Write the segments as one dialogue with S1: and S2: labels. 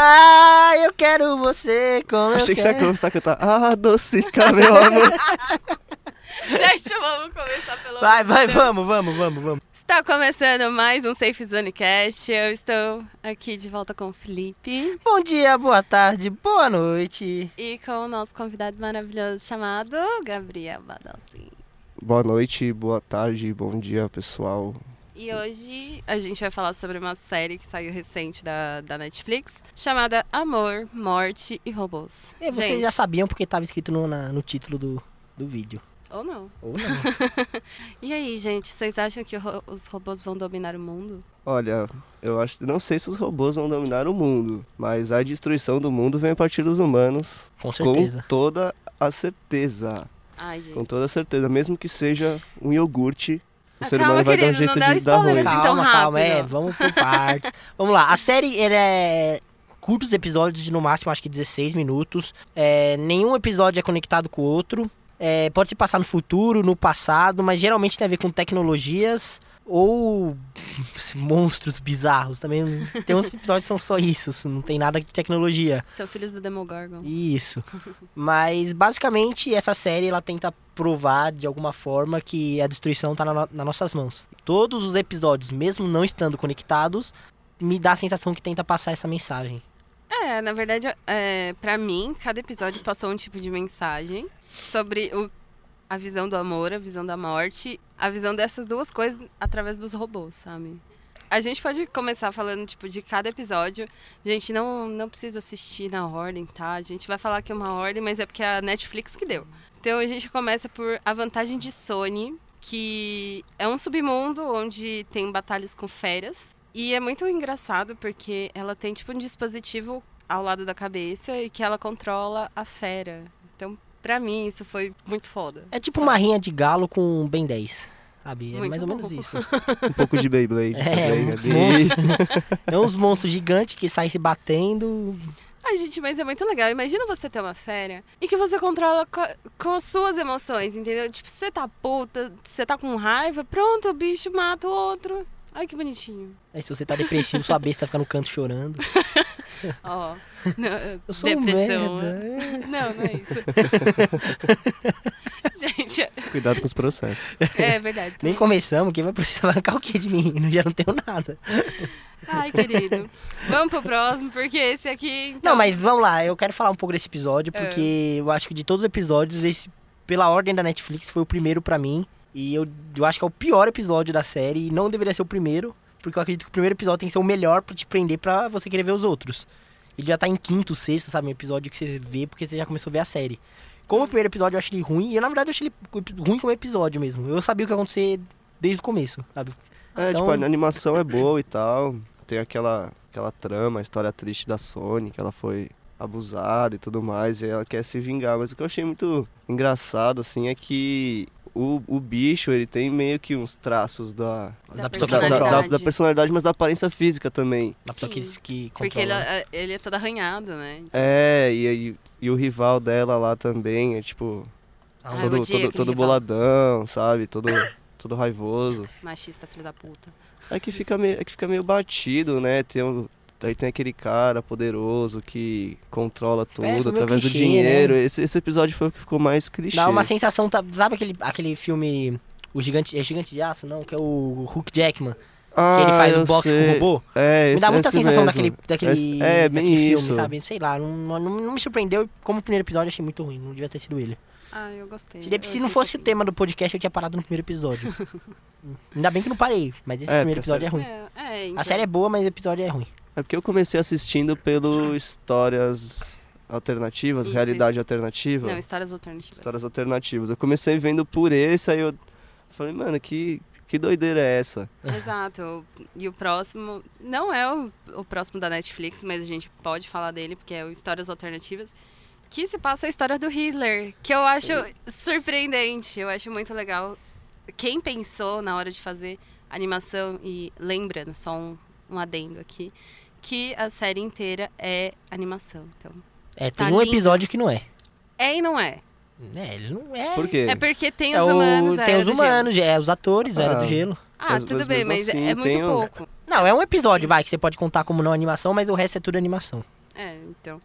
S1: Ah, quero você como
S2: Achei
S1: eu
S2: que você ia
S1: quero.
S2: começar a cantar. Ah, adocica, meu amor.
S3: Gente, vamos começar pelo.
S1: Vai,
S3: amor de
S1: vai,
S3: Deus.
S1: vamos, vamos, vamos, vamos.
S3: Está começando mais um Safe Zone Cast. Eu estou aqui de volta com o Felipe
S1: Bom dia, boa tarde, boa noite.
S3: e com o nosso convidado maravilhoso chamado Gabriel Badalzinho.
S2: Boa noite, boa tarde, bom dia, pessoal.
S3: E hoje a gente vai falar sobre uma série que saiu recente da, da Netflix chamada Amor, Morte e Robôs.
S1: E vocês
S3: Gente,
S1: já sabiam porque estava escrito no, na- no título do, do vídeo.
S3: Ou não.
S1: Ou não.
S3: E aí, gente, vocês acham que ro- os robôs vão dominar o mundo?
S2: Olha, eu acho, não sei se os robôs vão dominar o mundo, mas a destruição do mundo vem a partir dos humanos,
S1: Com certeza.
S2: com toda a certeza.
S3: Ai, gente.
S2: Com toda a certeza, mesmo que seja um iogurte, o
S3: Ah,
S2: ser
S3: calma,
S2: humano vai dar um
S3: querido,
S2: jeito
S3: não dá
S2: de dar
S3: spoiler,
S2: ruim.
S3: assim.
S1: Calma,
S3: então
S1: calma,
S3: rápido.
S1: é, vamos por partes. vamos lá, a série ele é curtos episódios de no máximo acho que 16 minutos. É, nenhum episódio é conectado com o outro. É, pode se passar no futuro, no passado, mas geralmente tem a ver com tecnologias ou assim, monstros bizarros. Também não- tem uns episódios que são só isso, assim, não tem nada de tecnologia.
S3: São filhos do Demogorgon.
S1: Isso. Mas basicamente essa série ela tenta provar de alguma forma que a destruição tá na no- nas nossas mãos. Todos os episódios, mesmo não estando conectados, me dá a sensação que tenta passar essa mensagem.
S3: É, na verdade, é, para mim, cada episódio passou um tipo de mensagem sobre o- a visão do amor, a visão da morte, a visão dessas duas coisas através dos robôs, sabe? A gente pode começar falando, tipo, de cada episódio. Gente, não, não precisa assistir na ordem, tá? A gente vai falar que é uma ordem, mas é porque é a Netflix que deu. Então a gente começa por A Vantagem de Sony, que é um submundo onde tem batalhas com feras. E é muito engraçado porque ela tem tipo um dispositivo ao lado da cabeça e que ela controla a fera. Então, pra mim, isso foi muito foda.
S1: É tipo uma rinha de galo com um Ben 10. Sabe? É
S3: Muito
S1: mais ou
S3: bom.
S1: menos isso.
S2: Um pouco de Beyblade
S1: É,
S2: também
S1: um
S2: ali.
S1: É uns monstros gigantes que saem se batendo.
S3: Ai, gente, mas é muito legal. Imagina você ter uma fera e que você controla co- com as suas emoções, entendeu? Tipo, você tá puta, você tá com raiva, pronto, o bicho mata o outro. Ai, que bonitinho.
S1: Aí se você tá depressivo, sua besta fica no canto chorando.
S3: Ó, não,
S1: Eu sou
S3: depressão.
S1: um merda.
S3: Não, não é isso. gente,
S2: Cuidado com os processos.
S3: é verdade.
S1: Nem começamos, quem vai precisar arrancar o que de mim? Eu já não tenho nada.
S3: Ai, querido. Vamos pro próximo, porque esse aqui. então,
S1: Não, mas vamos lá, eu quero falar um pouco desse episódio,
S3: É.
S1: porque eu acho que de todos os episódios, esse, pela ordem da Netflix, foi o primeiro pra mim. E eu, eu acho que é o pior episódio da série, e não deveria ser o primeiro, porque eu acredito que o primeiro episódio tem que ser o melhor pra te prender pra você querer ver os outros. Ele já tá em quinto, sexto, sabe? Um episódio que você vê porque você já começou a ver a série. Como o primeiro episódio eu achei ele ruim, e eu, na verdade eu achei ele ruim como episódio mesmo. Eu sabia o que ia acontecer desde o começo, sabe?
S2: É,
S1: Então-
S2: tipo, a animação é boa e tal. Tem aquela, aquela trama, a história triste da Sony, que ela foi abusada e tudo mais, e ela quer se vingar. Mas o que eu achei muito engraçado, assim, é que o, o bicho, ele tem meio que uns traços da...
S3: Da
S2: Da,
S3: personalidade.
S2: da personalidade, mas da aparência física também.
S1: Mas só que,
S3: Sim.
S1: que
S3: Porque ele,
S1: controla.
S3: é- ele é todo arranhado, né?
S2: É, e, aí- e o rival dela lá também é, tipo,
S1: Ah, um
S3: Ai, eu
S2: todo,
S3: odiei
S2: todo,
S3: aquele
S2: todo
S3: rival.
S2: boladão, sabe? Todo... Todo raivoso.
S3: Machista, filho da puta.
S2: É que fica meio, é que fica meio batido, né? Tem um, aí tem aquele cara poderoso que controla tudo
S1: É, meio
S2: através
S1: clichê, né?
S2: do dinheiro. Esse, esse episódio foi o que ficou mais clichê.
S1: Dá uma sensação, tá- sabe aquele, aquele filme. O gigante, é gigante de aço, não? Que é o Hulk Jackman. Que
S2: ah,
S1: ele faz
S2: eu
S1: o boxe
S2: sei.
S1: com o robô.
S2: É,
S1: me
S2: esse,
S1: dá muita
S2: esse
S1: sensação
S2: mesmo.
S1: daquele, daquele,
S2: Esse- é, bem
S1: daquele filme,
S2: isso.
S1: sabe? Sei lá, não, não, não me surpreendeu. e Como o primeiro episódio, eu achei muito ruim. Não devia ter sido ele.
S3: Ah, eu gostei.
S1: Se, ele- se não fosse o tema do podcast, eu tinha parado no primeiro episódio. Ainda bem que não parei, mas esse
S2: É,
S1: primeiro
S2: porque a
S1: episódio é ruim.
S3: É, então.
S1: A série é boa, mas o episódio é ruim.
S2: É porque eu comecei assistindo pelo histórias alternativas,
S3: Isso,
S2: realidade alternativa.
S3: Não, histórias alternativas.
S2: Histórias alternativas. Eu comecei vendo por esse, aí eu falei, mano, que, que doideira é essa?
S3: Exato. o- E o próximo. Não é o, o próximo da Netflix, mas a gente pode falar dele, porque é o Histórias Alternativas. Que se passa a história do Hitler, que eu acho surpreendente. Eu acho muito legal. Quem pensou na hora de fazer animação, e lembrando, só um, um adendo aqui, que a série inteira é animação. Então,
S1: É,
S3: Tá
S1: tem um
S3: lindo.
S1: episódio que não é.
S3: é e não é.
S1: É, ele não é.
S2: Por quê?
S3: É porque tem
S1: É
S3: os
S1: o-
S3: humanos, a
S1: tem
S3: Era
S1: os
S3: do Gelo.
S1: humanos, é, os atores, era
S2: Ah.
S1: do gelo.
S3: Ah,
S2: Mas-
S3: tudo
S2: mas
S3: bem,
S2: mesmo
S3: mas
S2: assim,
S3: é muito
S2: tem um-
S3: pouco.
S1: Não, é um episódio, vai, que você pode contar como não é animação, mas o resto é tudo animação.
S3: É, então.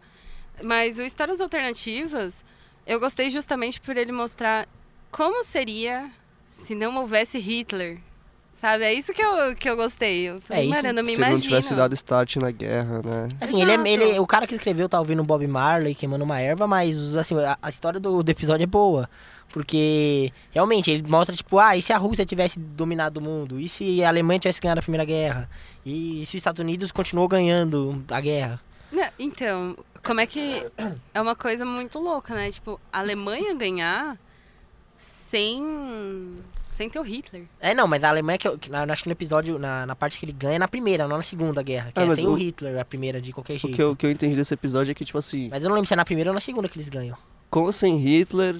S3: Mas o Histórias Alternativas, eu gostei justamente por ele mostrar como seria se não houvesse Hitler. Sabe? É isso que eu, que eu gostei. Eu falei,
S1: É isso.
S3: mano, eu não me
S2: Se
S3: imagino.
S2: não tivesse dado start na guerra, né?
S1: Assim, ele é,
S3: Exato.
S1: ele, o cara que escreveu tá ouvindo o Bob Marley queimando uma erva, mas assim, a, a história do, do episódio é boa. Porque realmente ele mostra, tipo, ah, e se a Rússia tivesse dominado o mundo? E se a Alemanha tivesse ganhado a Primeira Guerra? E se os Estados Unidos continuou ganhando a guerra?
S3: Não, então, como é que. É uma coisa muito louca, né? Tipo, a Alemanha ganhar sem. sem ter o Hitler.
S1: É, não, mas a Alemanha, que, eu- que na- eu acho que no episódio, na, na parte que ele ganha, é na primeira, não na segunda guerra. Que
S2: Ah,
S1: é
S2: mas
S1: sem o...
S2: o-
S1: Hitler, a primeira, de qualquer
S2: O
S1: jeito.
S2: que, eu, o que eu entendi desse episódio é que, tipo assim,
S1: Mas eu não lembro se é na primeira ou na segunda que eles ganham.
S2: com ou sem Hitler,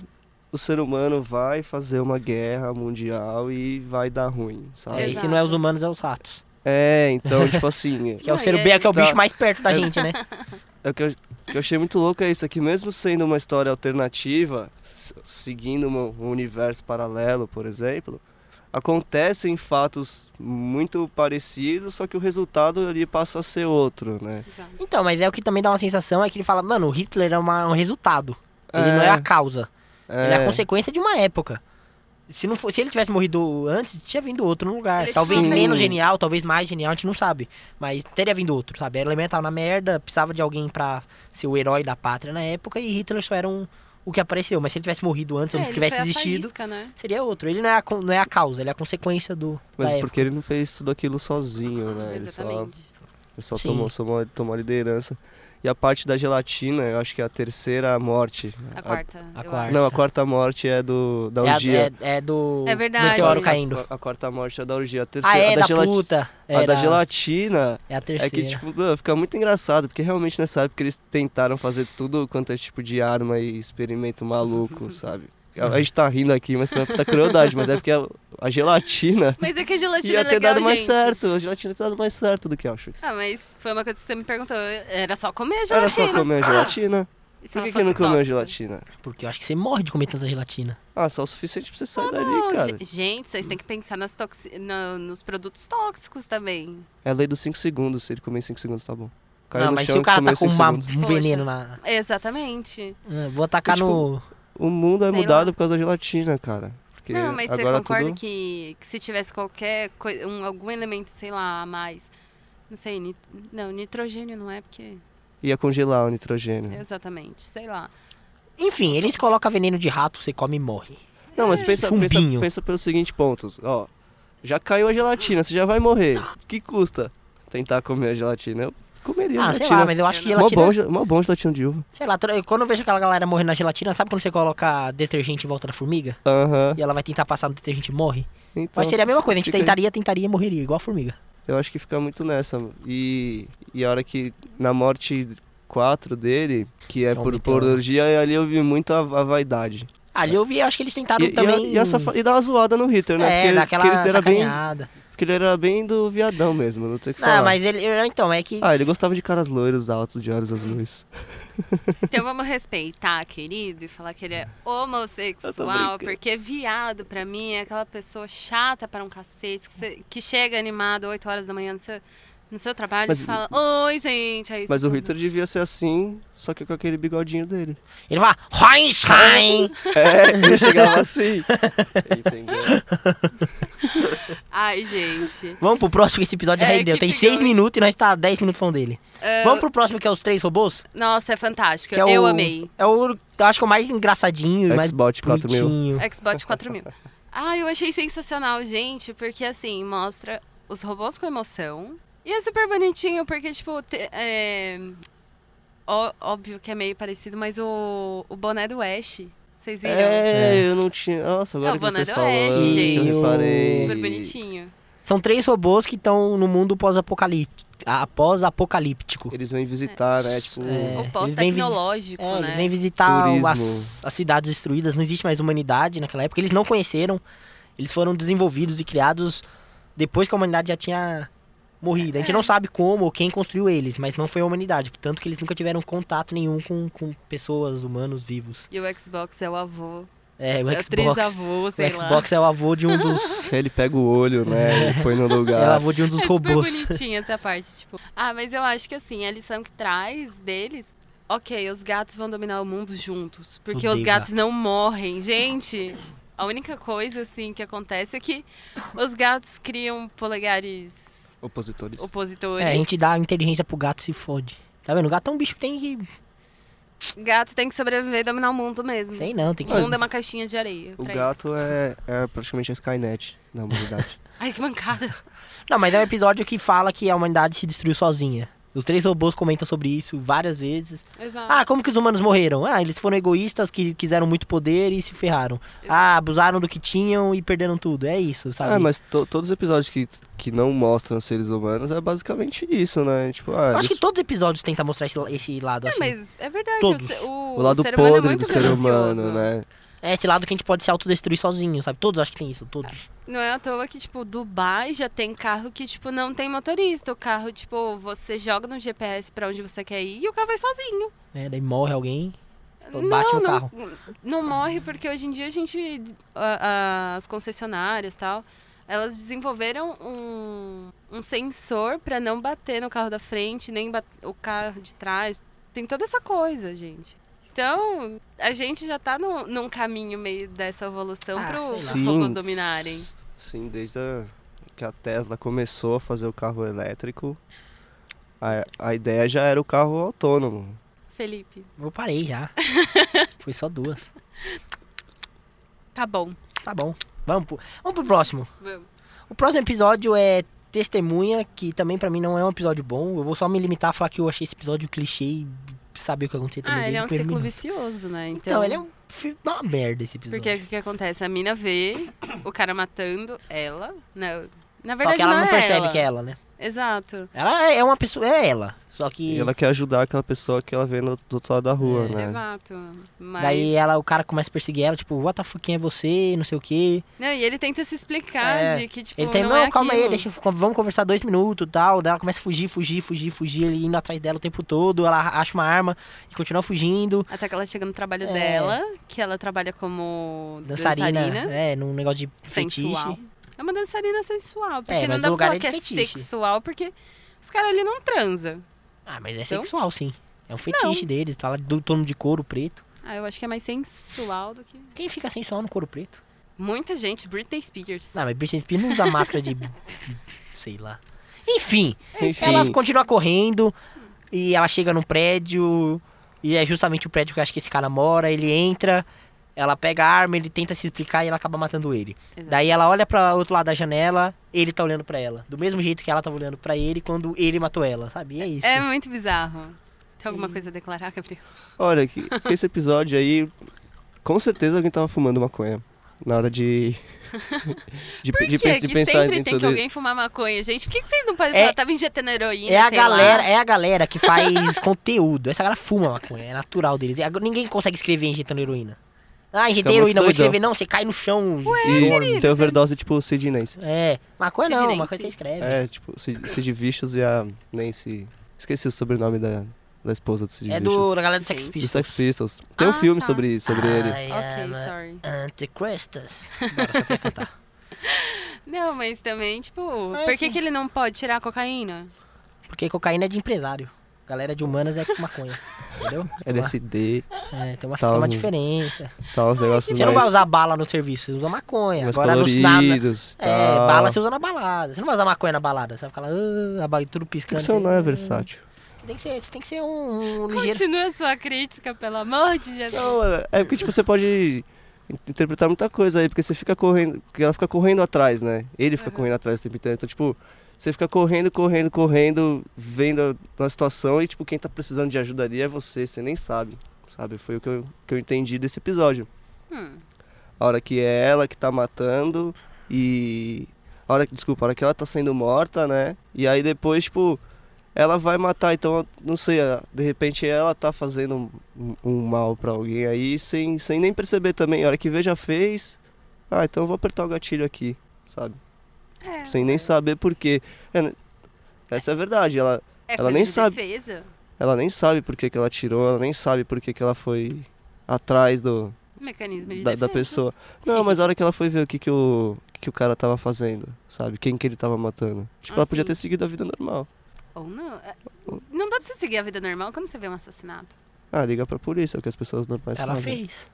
S2: o ser humano vai fazer uma guerra mundial e vai dar ruim,
S1: É,
S2: sabe?
S1: e
S3: Exato.
S1: se não é os humanos, é os ratos.
S2: É, então, tipo assim,
S1: Que é o
S3: Não,
S1: ser
S3: e então
S1: bem,
S3: aí-
S1: que é o
S2: Tá.
S1: bicho mais perto da gente, né?
S2: É o que eu, o que eu achei muito louco é isso, é que mesmo sendo uma história alternativa, s- seguindo uma- um universo paralelo, por exemplo, acontecem fatos muito parecidos, só que o resultado ali passa a ser outro, né?
S3: Exato.
S1: Então, mas é o que também dá uma sensação é que ele fala, mano, o Hitler é uma- um resultado. Ele não é a causa. Ele é a consequência de uma época. Se, não for, se ele tivesse morrido antes, tinha vindo outro no lugar.
S3: Ele
S1: talvez
S2: tinha
S1: menos
S2: feito-
S1: genial, talvez mais genial, a gente não sabe. Mas teria vindo outro, sabe? Era elemental na merda, precisava de alguém pra ser o herói da pátria na época e Hitler só era um, o que apareceu. Mas se ele tivesse morrido antes,
S3: É,
S1: ou
S3: ele
S1: não tivesse
S3: foi a
S1: existido,
S3: faísca, né?
S1: seria outro. Ele não é, a, con- não é a causa, ele é a consequência do. da
S2: Mas
S1: época.
S2: porque ele não fez tudo aquilo sozinho, né? Ele só,
S3: Exatamente.
S2: ele só
S1: Sim.
S2: tomou, tomou, tomou a liderança. E a parte da gelatina, eu acho que é a terceira morte.
S3: A quarta. eu acho.
S1: quarta.
S2: Não, a quarta morte é do, da
S1: É, a-
S2: orgia.
S1: é- é do
S3: É verdade.
S1: meteoro
S3: A-
S1: caindo.
S2: A quarta morte é da orgia. A
S1: Ah,
S2: terceira,
S1: é,
S2: a da,
S1: da
S2: gelati-
S1: puta.
S2: A da
S1: Era-
S2: gelatina
S1: É a
S2: é
S1: terceira.
S2: que, tipo, mano, fica muito engraçado, porque realmente nessa época eles tentaram fazer tudo quanto é tipo de arma e experimento maluco, sabe? A a gente tá rindo aqui, mas isso é puta crueldade, mas é porque a, a gelatina
S3: Mas é que a gelatina
S2: ia
S3: é
S2: ter
S3: legal,
S2: dado mais
S3: gente.
S2: certo. A gelatina tinha dado mais certo do que Auschwitz.
S3: Ah, mas foi uma coisa que você me perguntou. Era só comer a
S2: Era
S3: gelatina.
S2: só comer a gelatina?
S3: E se
S1: Ah,
S2: Por
S3: ela
S2: que, que não
S3: fosse
S2: comeu a
S3: tóxica?
S2: gelatina?
S1: Porque eu acho que você morre de comer tanta gelatina.
S2: Ah, só o suficiente pra você sair
S3: Não,
S2: dali, cara.
S3: ge- gente, vocês têm que pensar nas toxi... na- nos produtos tóxicos também.
S2: É a lei dos 5 segundos, se ele comer em 5 segundos, tá bom. Caiu
S1: não,
S2: no
S1: mas
S2: chão
S1: se o
S2: e
S1: cara tá com
S2: comeu cinco
S1: uma-
S2: segundos.
S1: um veneno na.
S3: Exatamente.
S1: Ah, Vou atacar
S2: E, tipo,
S1: no.
S2: O mundo é
S3: Sei
S2: mudado
S3: lá.
S2: por causa da gelatina, cara. Porque
S3: não, mas você
S2: agora
S3: concorda
S2: tudo...
S3: que, que se tivesse qualquer coisa, um, algum elemento, sei lá, a mais. Não sei, nit... não, nitrogênio não é porque.
S2: Ia congelar o nitrogênio.
S3: Exatamente, sei lá.
S1: Enfim, eles colocam veneno de rato, você come e morre.
S2: Não, mas pensa, pensa,
S1: Chumbinho.
S2: pensa pelo seguinte ponto, ó. Já caiu a gelatina, você já vai morrer. Que custa tentar comer a gelatina? Eu comeria a
S1: Ah, sei
S2: gelatina. É, né?
S1: lá, mas eu acho que
S3: Eu
S2: Mó
S1: gelatina.
S2: bom, ge- mó bom gelatina de uva.
S1: Sei lá, tra- quando eu vejo aquela galera morrendo na gelatina, sabe quando você coloca detergente em volta da formiga?
S2: Aham.
S1: E ela vai tentar passar no detergente e morre?
S2: Então,
S1: Mas seria a mesma coisa, a gente
S2: fica-
S1: tentaria, tentaria e morreria, igual a formiga.
S2: Eu acho que fica muito nessa. E, e a hora que, na morte 4 dele, que é,
S1: É um
S2: por, por
S1: meteoro.
S2: orgia, ali eu vi muito a, a vaidade.
S1: Ah, Ali eu vi, acho que eles tentaram
S2: É. E, e, a,
S1: também.
S2: e, a safa- e dá uma zoada no Hitler, né?
S1: É,
S2: porque,
S1: daquela
S2: porque ele era bem,
S1: sacaneada.
S2: porque ele era bem do viadão mesmo, não tem o que falar.
S1: Ah, mas ele. eu- Então, é que.
S2: Ah, ele gostava de caras loiros, altos, de olhos azuis.
S3: Então vamos respeitar, querido, e falar que ele é
S2: Eu tô
S3: homossexual,
S2: brincando.
S3: porque viado pra mim é aquela pessoa chata para um cacete, que, cê- que chega animado 8 horas da manhã no seu, no seu trabalho
S2: Mas-
S3: e fala, oi, gente. é Aí
S2: Mas
S3: você
S2: o
S3: fala,
S2: Hitler devia ser assim, só que com aquele bigodinho dele.
S1: Ele fala, Heinstein!
S2: É, ele chegava assim. Entendeu?
S3: Ai, gente.
S1: Vamos pro próximo, que esse episódio já
S3: É,
S1: rendeu.
S3: que
S1: Tem
S3: pegou,
S1: 6
S3: hein?
S1: minutos e nós tá 10 minutos falando dele. Vamos pro próximo, que é os três robôs?
S3: Nossa, é fantástico.
S1: Que é
S3: eu
S1: o-
S3: amei.
S1: É o, eu acho que é o mais engraçadinho e mais
S2: Xbox 4000.
S1: bonitinho.
S3: Xbox 4000. Ah, eu achei sensacional, gente, porque assim, mostra os robôs com emoção. E é super bonitinho, porque, tipo, te- é... ó- óbvio que é meio parecido, mas o, o boné do Ash, vocês viram?
S2: É, eu não tinha. Nossa, agora
S3: É o
S2: que você
S3: Boné do
S2: falou,
S3: Oeste,
S2: eu
S1: gente.
S2: reparei.
S3: Super bonitinho.
S1: São três robôs que estão no mundo pós-apocalíptico. Apocalíptico.
S2: Tipo, Eles vêm visitar, né? Tipo,
S1: É,
S3: o
S1: eles
S3: pós-tecnológico,
S1: É, eles
S3: né?
S1: vêm visitar o-
S2: Turismo.
S1: as, as cidades destruídas, não existe mais humanidade naquela época, eles não conheceram, eles foram desenvolvidos e criados depois que a humanidade já tinha morrido. A
S3: É.
S1: gente não sabe como ou quem construiu eles, mas não foi a humanidade, portanto que eles nunca tiveram contato nenhum com, com pessoas, humanos vivos.
S3: E o Xbox é o avô.
S1: É, o
S3: é o
S1: Xbox,
S3: trisavô, sei
S1: o
S3: lá.
S1: Xbox é o avô de um dos
S2: ele pega o olho, né? Ele põe no
S1: é o
S2: lugar.
S1: avô de um dos
S3: É super
S1: robôs.
S3: bonitinha essa parte, tipo. Ah, mas eu acho que assim, a lição que traz deles ok, os gatos vão dominar o mundo juntos. Porque
S1: Odeio
S3: os gatos não morrem. Gente, a única coisa, assim, que acontece é que os gatos criam polegares
S2: Opositores.
S3: opositores.
S1: É, a gente dá inteligência pro gato se fode. Tá vendo? O gato é um bicho que tem que.
S3: Gato tem que sobreviver e dominar o mundo mesmo.
S1: Tem não, tem que.
S3: O mundo é uma caixinha de areia.
S2: O
S3: pra
S2: gato é, é praticamente a Skynet da humanidade.
S3: eles. Ai, que mancada.
S1: Não, mas é um episódio que fala que a humanidade se destruiu sozinha. Os três robôs comentam sobre isso várias vezes.
S3: Exato.
S1: Ah, como que os humanos morreram? Ah, eles foram egoístas que quiseram muito poder e se ferraram. Ah, abusaram do que tinham e perderam tudo. É isso,
S3: Tá
S1: sabe?
S2: ah, mas to- todos os episódios que, que não mostram seres humanos é basicamente isso, né? Tipo, ah,
S1: Eu acho
S2: eles-
S1: que todos os episódios tentam mostrar esse, la- esse lado
S3: É,
S1: assim.
S3: mas é verdade.
S1: Todos.
S3: O, ser- o
S2: o lado
S3: ser humano é
S2: podre
S3: muito
S2: do ser
S3: ganancioso.
S2: humano, né?
S1: É esse lado que a gente pode se autodestruir sozinho, sabe? Todos acho que tem isso, todos.
S3: Não é à toa que, tipo, Dubai já tem carro que, tipo, não tem motorista. O carro, tipo, você joga no GPS pra onde você quer ir e o carro vai sozinho.
S1: né? Daí morre alguém. Pô,
S3: não,
S1: bate no
S3: não,
S1: carro.
S3: não morre, porque hoje em dia a gente. a- as concessionárias e tal, elas desenvolveram um, um sensor pra não bater no carro da frente, nem bat- o carro de trás. Tem toda essa coisa, gente. Então, a gente já tá num, num caminho meio dessa evolução
S1: Ah,
S3: para os
S1: sei
S3: robôs dominarem.
S2: Sim, desde a- que a Tesla começou a fazer o carro elétrico, a, a ideia já era o carro autônomo.
S3: Felipe,
S1: Eu parei já. Foi só duas.
S3: tá bom.
S1: Tá bom. Vamos pro, vamos pro próximo.
S3: Vamos.
S1: O próximo episódio é Testemunha, que também pra mim não é um episódio bom. Eu vou só me limitar a falar que eu achei esse episódio clichê e saber o que aconteceu também
S3: Ah,
S1: desde
S3: ele é
S1: o
S3: um
S1: primeiro
S3: ciclo
S1: minuto.
S3: vicioso, né? Então,
S1: Então, ele é um, fi- uma merda esse episódio.
S3: Porque o que acontece? A mina vê o cara matando ela. Não, na
S1: Só
S3: verdade,
S1: que ela não,
S3: é
S1: percebe
S3: ela.
S1: que é ela, né?
S3: Exato.
S1: Ela é uma pessoa, é ela. Só que
S2: E ela quer ajudar aquela pessoa que ela vê no, do outro lado da rua, né?
S3: É. Exato. Mas...
S1: daí ela, o cara começa a perseguir ela, tipo, what the fuck, quem é você, não sei o quê.
S3: Não, e ele tenta se explicar
S1: É.
S3: de que, tipo,
S1: Ele tem,
S3: não,
S1: não,
S3: é
S1: calma aí,
S3: aquilo.
S1: deixa, eu- vamos conversar dois minutos e tal. Daí ela começa a fugir, fugir, fugir, fugir, ele indo atrás dela o tempo todo. Ela acha uma arma e continua fugindo.
S3: Até que ela chega no trabalho
S1: É.
S3: dela, que ela trabalha como
S1: Dançarina,
S3: dançarina,
S1: é, num negócio de
S3: sensual.
S1: fetiche.
S3: É uma dançarina sensual, porque
S1: mas
S3: não dá
S1: no lugar
S3: pra falar
S1: é
S3: que
S1: de
S3: é
S1: fetiche.
S3: sexual, porque os caras ali não transam.
S1: Ah, mas é
S3: Então?
S1: sexual, sim. É um fetiche deles, tá lá do torno de couro preto.
S3: Ah, eu acho que é mais sensual do que...
S1: Quem fica sensual no couro preto?
S3: Muita gente, Britney Spears.
S1: Não, mas Britney Spears não usa máscara de... sei lá. Enfim,
S2: Enfim,
S1: ela continua correndo e ela chega num prédio e é justamente o prédio que eu acho que esse cara mora. Ele entra, ela pega a arma, ele tenta se explicar e ela acaba matando ele.
S3: Exato.
S1: Daí ela olha pra outro lado da janela, ele tá olhando pra ela. Do mesmo jeito que ela tava olhando pra ele quando ele matou ela, sabe? E é isso.
S3: É muito bizarro. Tem alguma coisa a declarar, Gabriel?
S2: olha, que, que esse episódio aí, com certeza alguém tava fumando maconha. Na hora de. de,
S3: Por
S2: de,
S3: quê?
S2: pe- de
S3: que
S2: pensar
S3: sempre
S2: em
S3: tem que
S2: tudo isso.
S3: alguém fumar maconha, gente? Por que, que vocês não podem
S1: É-
S3: falar? Tava injetando heroína,
S1: É a
S3: sei lá.
S1: galera, é a galera que faz conteúdo. Essa galera fuma maconha, é natural deles. É- Ninguém consegue escrever injetando heroína. Ah, injetei
S2: Fica muito
S1: heroína, vou
S2: doidão.
S1: escrever. Não, você cai no chão.
S2: E
S3: querido,
S2: tem
S3: você-
S2: overdose tipo sidinense.
S1: É, maconha não,
S3: Sidney,
S1: maconha
S3: sim.
S1: você escreve.
S2: É, tipo, Sid Sid Vicious e a Nancy. Esqueci o sobrenome da, da esposa do Sid
S1: É
S2: Vicious.
S1: do, da galera do Sex
S3: Gente.
S2: Do
S1: Pistols.
S2: Sex Pistols. Tem um
S3: Ah,
S2: filme
S3: tá.
S2: sobre, sobre ele.
S1: I
S3: Ok,
S1: am
S3: sorry.
S1: Anticristus. Bora, só quer cantar.
S3: Não, mas também, tipo,
S1: É,
S3: por que,
S1: sim.
S3: que ele não pode tirar a cocaína?
S1: Porque cocaína é de empresário. Galera de humanas é com maconha. Entendeu?
S2: LSD,
S1: É, tem uma,
S2: Tal,
S1: tem uma
S2: né?
S1: diferença.
S2: tal, os negócios
S1: Você não vai
S2: mais,
S1: usar bala no serviço, você usa maconha.
S2: mais
S1: Agora no nada.
S2: coloridos.
S1: né? É,
S2: tal.
S1: bala você usa na balada. Você não vai usar maconha na balada. Você vai ficar lá, ah, a bala tudo piscando.
S2: Ficção
S1: você-
S2: não é versátil.
S1: Tem que ser, você tem que ser um, um ligeiro.
S3: Continua sua crítica, pelo amor de Jesus.
S2: Não, é é porque tipo, você pode in- interpretar muita coisa aí, porque você fica correndo. Porque ela fica correndo atrás, né? Ele fica correndo atrás o tempo inteiro. Então, tipo, você fica correndo, correndo, correndo, vendo a- a situação e, tipo, quem tá precisando de ajuda ali é você, você nem sabe. Sabe? Foi o que eu, que eu entendi desse episódio.
S3: Hum,
S2: A hora que é ela que tá matando e. A hora, que- desculpa, a hora que ela tá sendo morta, né? E aí depois, tipo, ela vai matar. Então, não sei, a- de repente ela tá fazendo um, um mal pra alguém aí sem, sem nem perceber também. A hora que vê já fez. Ah, então eu vou apertar o gatilho aqui, sabe?
S3: é.
S2: Sem nem saber por quê. É, né? Essa é a verdade. Ela,
S3: É
S2: ela
S3: coisa
S2: nem
S3: de
S2: sabe.
S3: defesa.
S2: ela nem sabe por que, que ela tirou, ela nem sabe por que, que ela foi atrás do,
S3: Mecanismo de
S2: da, da
S3: defesa.
S2: pessoa. Não, mas a hora que ela foi ver o que, que, o, o que que o cara tava fazendo, sabe? Quem que ele tava matando. Tipo,
S3: Ah,
S2: ela podia
S3: sim.
S2: ter seguido a vida normal.
S3: Ou não. é- Não dá pra você seguir a vida normal quando você vê um assassinato.
S2: Ah, liga pra polícia, é o que as pessoas normais
S1: ela
S2: fazem.
S1: fez.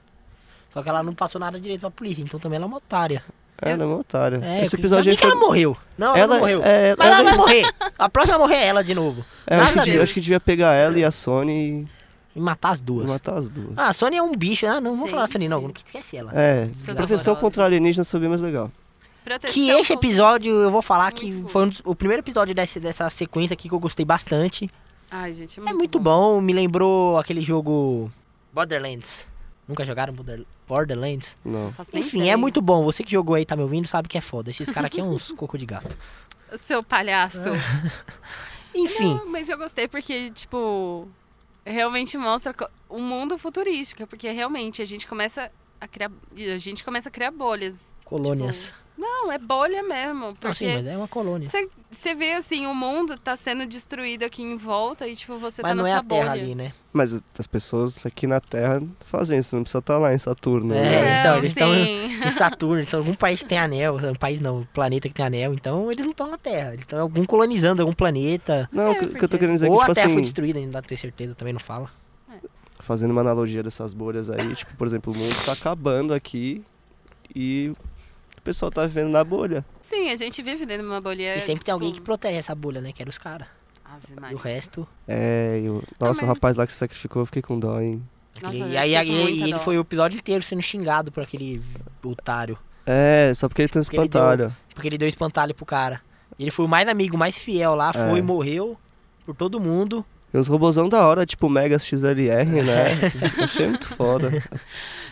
S1: Só que ela não passou nada direito pra polícia, então também ela é uma otária.
S2: Ela é uma otária.
S1: É,
S2: Esse
S1: eu- não,
S2: episódio
S1: bem
S2: aí
S1: que
S2: foi...
S1: ela morreu. Não, ela, não morreu.
S2: É, ela,
S1: Mas ela vai
S2: ela-
S1: morrer. A próxima vai morrer é ela de novo.
S2: é, eu acho, que
S1: Nada
S2: devia-
S3: a
S2: acho que devia pegar ela e a Sony
S1: E matar as
S2: e
S1: duas.
S2: matar as duas.
S1: Ah, a Sony é um bicho. Ah, não, vamos falar da Sony, não.
S3: Gente.
S1: Esquece ela.
S3: Então,
S2: É,
S3: Seus
S2: proteção
S3: horrorosos.
S2: contra alienígena seria mais legal.
S3: Proteção
S1: Que este
S3: contra-
S1: episódio, eu vou falar que
S3: Muito.
S1: foi um dos- o primeiro episódio desse- dessa sequência aqui que eu gostei bastante.
S3: Ai, gente, é
S1: É muito bom, me lembrou aquele jogo Borderlands. Nunca jogaram Border- Borderlands?
S2: Não.
S3: Faço nem
S1: Enfim, é
S3: ideia.
S1: muito bom. Você que jogou aí, tá me ouvindo, sabe que é foda. Esses caras aqui é uns cocô de gato.
S3: Seu palhaço.
S1: Enfim,
S3: Não, mas eu gostei porque, tipo, realmente mostra co- o mundo futurístico. Porque realmente a gente começa a criar. A gente começa a criar bolhas.
S1: colônias.
S3: Não, é bolha mesmo.
S1: Não, sim,
S3: tipo, Porque
S1: mas é uma colônia.
S3: você vê assim, o mundo tá sendo destruído aqui em volta e, tipo, você tá
S1: Mas
S3: na
S1: não é
S3: sua
S1: a Terra
S3: bolha.
S1: ali, né?
S2: Mas as pessoas aqui na Terra fazem isso, não precisa estar lá em Saturno.
S1: É,
S2: né?
S1: então,
S3: Não,
S1: eles tão-
S3: sim.
S1: Em Saturno, então algum país que tem anel, um país não, um planeta que tem anel, então eles não estão na Terra. Eles estão algum colonizando algum planeta.
S2: Não,
S3: É,
S2: o que- o que eu
S3: porque-
S2: tô querendo dizer é que,
S1: Ou a
S2: tipo
S1: Terra foi
S2: assim,
S1: destruída, ainda não tenho certeza, também não fala.
S2: fazendo uma analogia dessas bolhas aí, tipo, por exemplo, o mundo tá acabando aqui e o pessoal tá vivendo na bolha.
S3: Sim, a gente vive dentro de uma bolha.
S1: E sempre
S3: tipo,
S1: tem alguém que protege essa bolha, né? Que era os caras.
S3: Ave
S1: E o
S3: Maria.
S1: resto.
S2: É, e o- Nossa, o
S3: mas-
S2: rapaz lá que se sacrificou, eu fiquei com dó, hein?
S3: Nossa,
S1: Aquele-
S3: eu
S1: e aí,
S3: fiquei com
S1: aí-
S3: muita
S1: ele
S3: dó.
S1: foi o episódio inteiro sendo xingado por aquele otário.
S2: É, só porque ele tem um
S1: Porque ele deu-
S2: espantalho.
S1: Porque ele deu espantalho pro cara. E Ele foi o mais amigo, mais fiel lá, foi,
S2: É.
S1: morreu por todo mundo.
S2: E uns robozão da hora, tipo Mega XLR,
S1: É.
S2: né? Achei muito foda.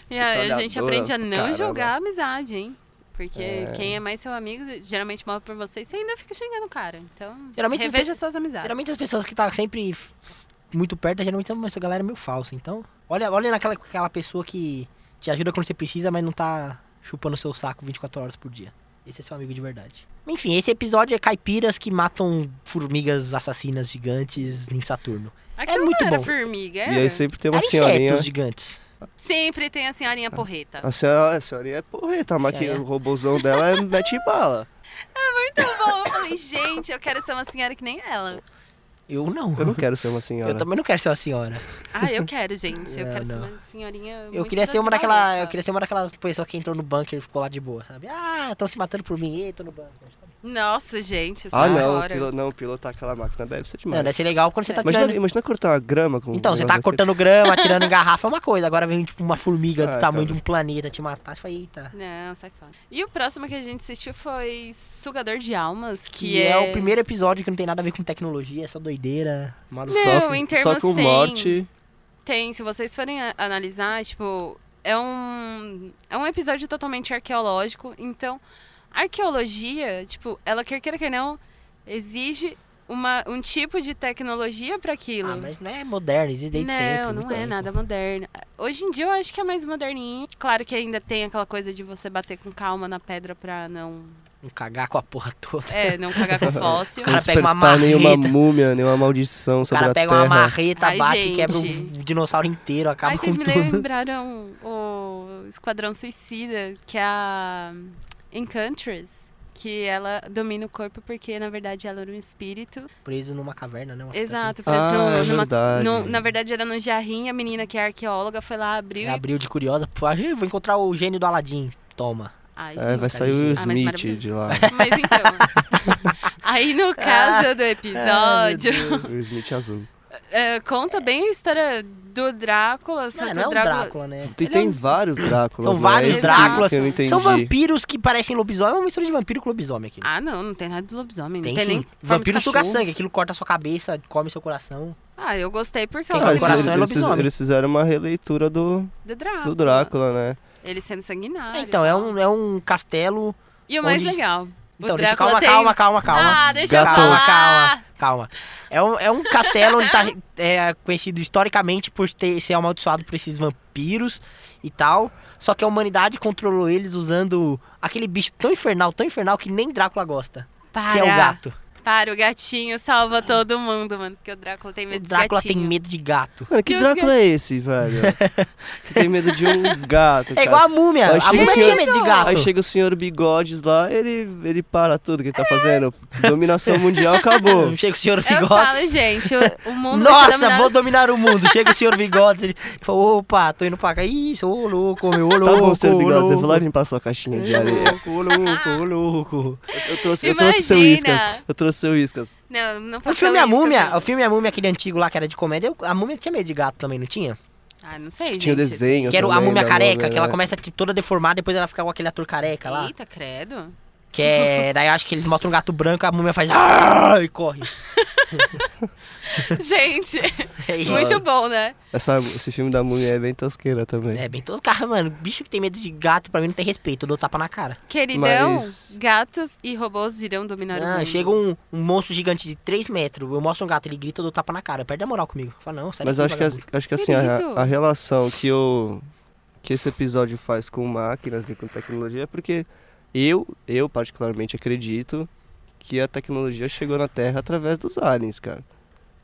S3: E aí a gente
S2: Detalhadora
S3: aprende a
S2: pro
S3: não
S2: caramba.
S3: julgar a amizade, hein? Porque quem é mais seu amigo geralmente morre por você e você ainda fica xingando o cara. Então,
S1: Geralmente as
S3: reveja suas amizades.
S1: Geralmente as pessoas que tá sempre muito perto, geralmente são essa galera é meio falsa. Então, olha, olha naquela aquela pessoa que te ajuda quando você precisa, mas não tá chupando seu saco 24 horas por dia. Esse é seu amigo de verdade. Enfim, esse episódio é caipiras que matam formigas assassinas gigantes em Saturno.
S3: Aquilo
S1: é muito
S3: não era
S1: bom.
S3: formiga,
S2: E
S3: era.
S2: aí sempre tem uma
S1: Era
S2: senhorinha.
S1: insetos gigantes.
S3: Sempre tem a senhorinha porreta.
S2: A senhora, a senhorinha é porreta, mas que
S1: Senhorinha.
S2: o robozão dela é mete bala.
S3: Muito bom. Eu falei, gente, eu quero ser uma senhora que nem ela.
S1: Eu não.
S2: Eu não quero ser uma
S1: Eu
S2: senhora.
S1: também não quero ser uma senhora.
S3: Ah, eu quero, gente. Eu
S1: Não,
S3: quero
S1: não.
S3: ser uma senhorinha.
S1: Eu
S3: muito
S1: queria ser uma
S3: da-
S1: daquela. Eu
S3: maluca.
S1: queria ser uma daquelas pessoas que entrou no bunker e ficou lá de boa, sabe? Ah, estão se matando por mim, ei, tô no bunker.
S3: Nossa, gente.
S2: Ah,
S3: essa
S2: não, o
S3: hora.
S2: pilo- não, pilotar aquela máquina deve ser
S1: Não,
S2: demais.
S1: deve ser legal quando você tá
S2: imagina,
S1: tirando.
S2: imagina cortar uma grama com um
S1: Então, você tá
S2: negócio
S1: cortando grama, atirando em garrafa, é uma coisa. Agora vem tipo uma formiga do
S2: Ah,
S1: tamanho de
S2: cara.
S1: um planeta te matar. Você fala, eita.
S3: Não, sai fora. E o próximo que a gente assistiu foi Sugador de Almas, que,
S1: Que, é... o primeiro episódio que não tem nada a ver com tecnologia, é só doideira. Uma
S2: desse.
S3: Não,
S2: só,
S3: em
S2: só
S3: termos
S2: com
S3: tem.
S2: morte.
S3: Tem, se vocês forem a- analisar, tipo, é um é um episódio totalmente arqueológico, então a arqueologia, tipo, ela quer queira que não, exige uma, um tipo de tecnologia para aquilo.
S1: Ah, mas não é moderno, existe desde
S3: não,
S1: sempre.
S3: não
S1: muito
S3: é
S1: tempo.
S3: nada moderno. Hoje em dia eu acho que é mais moderninho. Claro que ainda tem aquela coisa de você bater com calma na pedra pra não,
S1: Não cagar com a porra toda.
S3: é, não cagar com fóssil.
S1: O cara
S2: não
S1: pega uma
S2: despertar nenhuma
S1: marreta.
S2: múmia, nenhuma maldição
S1: O
S2: sobre
S1: cara
S2: a
S1: pega
S2: terra.
S1: uma marreta,
S3: Ai,
S1: bate,
S3: gente.
S1: quebra um dinossauro inteiro, acaba
S3: Aí
S1: com
S3: vocês me
S1: tudo.
S3: lembraram o Esquadrão Suicida, que é a Enchantress, que ela domina o corpo porque, na verdade, ela era um espírito.
S1: Preso numa caverna, né? Uma fita assim.
S3: Exato.
S2: Ah,
S3: parece
S2: é
S3: numa-
S2: verdade.
S3: num- na verdade, era no jarrinho, a menina que é arqueóloga foi lá, abriu
S1: Ela
S3: e...
S1: abriu é de curiosa, pô, ah, vou encontrar o gênio do Aladim. Toma.
S3: Ai,
S2: É, vai
S3: gente.
S2: sair o
S3: Ah, mas
S2: Smith
S3: maravilhoso.
S2: de lá.
S3: Mas então... Aí,
S2: Ah,
S3: no caso do episódio,
S2: o Smith é azul.
S3: eh, conta bem a história do Drácula, só
S1: Não,
S3: que
S1: não é
S3: o
S1: um
S3: Drácula...
S1: Drácula, né?
S2: Tem,
S3: Ele
S2: tem
S3: é um-
S2: vários Dráculas.
S1: São
S2: né?
S1: vários
S2: Isso que
S1: Dráculas.
S2: Eu não entendi.
S1: São vampiros que parecem lobisomem, é uma mistura de vampiro com lobisomem aqui.
S3: Ah, não, não tem nada de lobisomem.
S1: tem
S3: não tem
S1: sim.
S3: nem forma de
S1: Vampiro suga
S3: cachorro.
S1: sangue, aquilo corta sua cabeça, come seu coração.
S3: Ah, eu gostei porque
S1: Quem
S3: eu
S1: tem
S2: eles,
S3: lembro
S1: coração é
S2: eles-
S1: lobisomem.
S2: eles fizeram uma releitura do,
S3: do Drácula.
S2: do Drácula, né?
S3: Ele sendo sanguinário.
S1: É, então, é um, é um castelo.
S3: E o mais
S1: onde-
S3: legal.
S1: Então,
S3: o
S1: deixa, calma,
S3: Drácula tem...
S1: calma, calma, calma.
S3: Ah, deixa eu
S2: Gato.
S1: Calma,
S3: falar.
S1: calma, calma. É um, é um castelo onde tá é, conhecido historicamente por ter, ser amaldiçoado por esses vampiros e tal. Só que a humanidade controlou eles usando aquele bicho tão infernal, tão infernal que nem Drácula gosta.
S3: Para.
S1: Que é o gato.
S3: Para, o gatinho salva todo mundo, mano. Porque o Drácula tem
S1: O
S3: medo de
S1: Drácula tem
S3: gatinho.
S1: medo de gato.
S2: Mano, que
S3: E os
S2: Drácula é esse, velho? que tem medo de um gato,
S1: É
S2: cara.
S1: igual a múmia.
S2: Aí
S1: A
S2: chega o
S1: múmia
S2: senhor-
S1: tinha medo de gato.
S2: Aí chega o senhor Bigodes lá, ele, ele para tudo que ele tá fazendo. Dominação mundial acabou.
S1: Chega o senhor
S3: Eu falo,
S1: Bigodes.
S3: gente, o, o mundo vai ser
S1: Nossa,
S3: dominado-
S1: vou dominar o mundo. Chega o senhor Bigodes. Ele fala, opa, tô indo pra cá. Isso, ô louco, meu, ô louco.
S2: Tá bom, senhor
S1: ô
S2: Bigodes, eu
S1: louco.
S2: vou lá limpar sua caixinha de
S1: Ô
S2: areia.
S1: louco, ô louco, ô louco.
S2: Eu trouxe, eu trouxe seu
S3: Imagina.
S2: iscas. Eu trouxe seu iscas.
S3: Não, não
S1: O
S3: pode
S1: filme
S3: ser
S1: A
S3: isca,
S1: Múmia,
S3: não.
S1: o filme A Múmia, aquele antigo lá que era de comédia, eu- a Múmia tinha medo de gato também, não tinha?
S3: Ah, não sei, gente.
S2: Tinha o desenho.
S1: que era o- a
S2: também
S1: Múmia
S2: da
S1: Careca,
S2: Múmia,
S1: que ela
S2: né?
S1: começa tipo, toda deformada, depois ela fica com aquele ator careca lá.
S3: Eita, credo.
S1: Que é, daí eu acho que eles mostram um gato branco, a Múmia faz "Ah!" e corre.
S3: gente,
S1: É isso.
S3: muito bom, né?
S2: Essa, esse filme da múmia é bem tosqueira também.
S1: É bem todo carro, mano. Bicho que tem medo de gato, pra mim não tem respeito, eu dou tapa na cara.
S3: Queridão,
S2: Mas-
S3: gatos e robôs irão dominar o
S1: Ah,
S3: mundo.
S1: chega um, um monstro gigante de 3 metros, eu mostro um gato, ele grita, eu dou tapa na cara. Perde a moral comigo. Fala, não, sai
S2: Mas eu
S1: daqui,
S2: acho que,
S1: vagabundo."
S2: acho que assim, a,
S3: Querido.
S2: a relação que eu que esse episódio faz com máquinas e com tecnologia é porque eu, eu particularmente acredito que a tecnologia chegou na Terra através dos aliens, cara.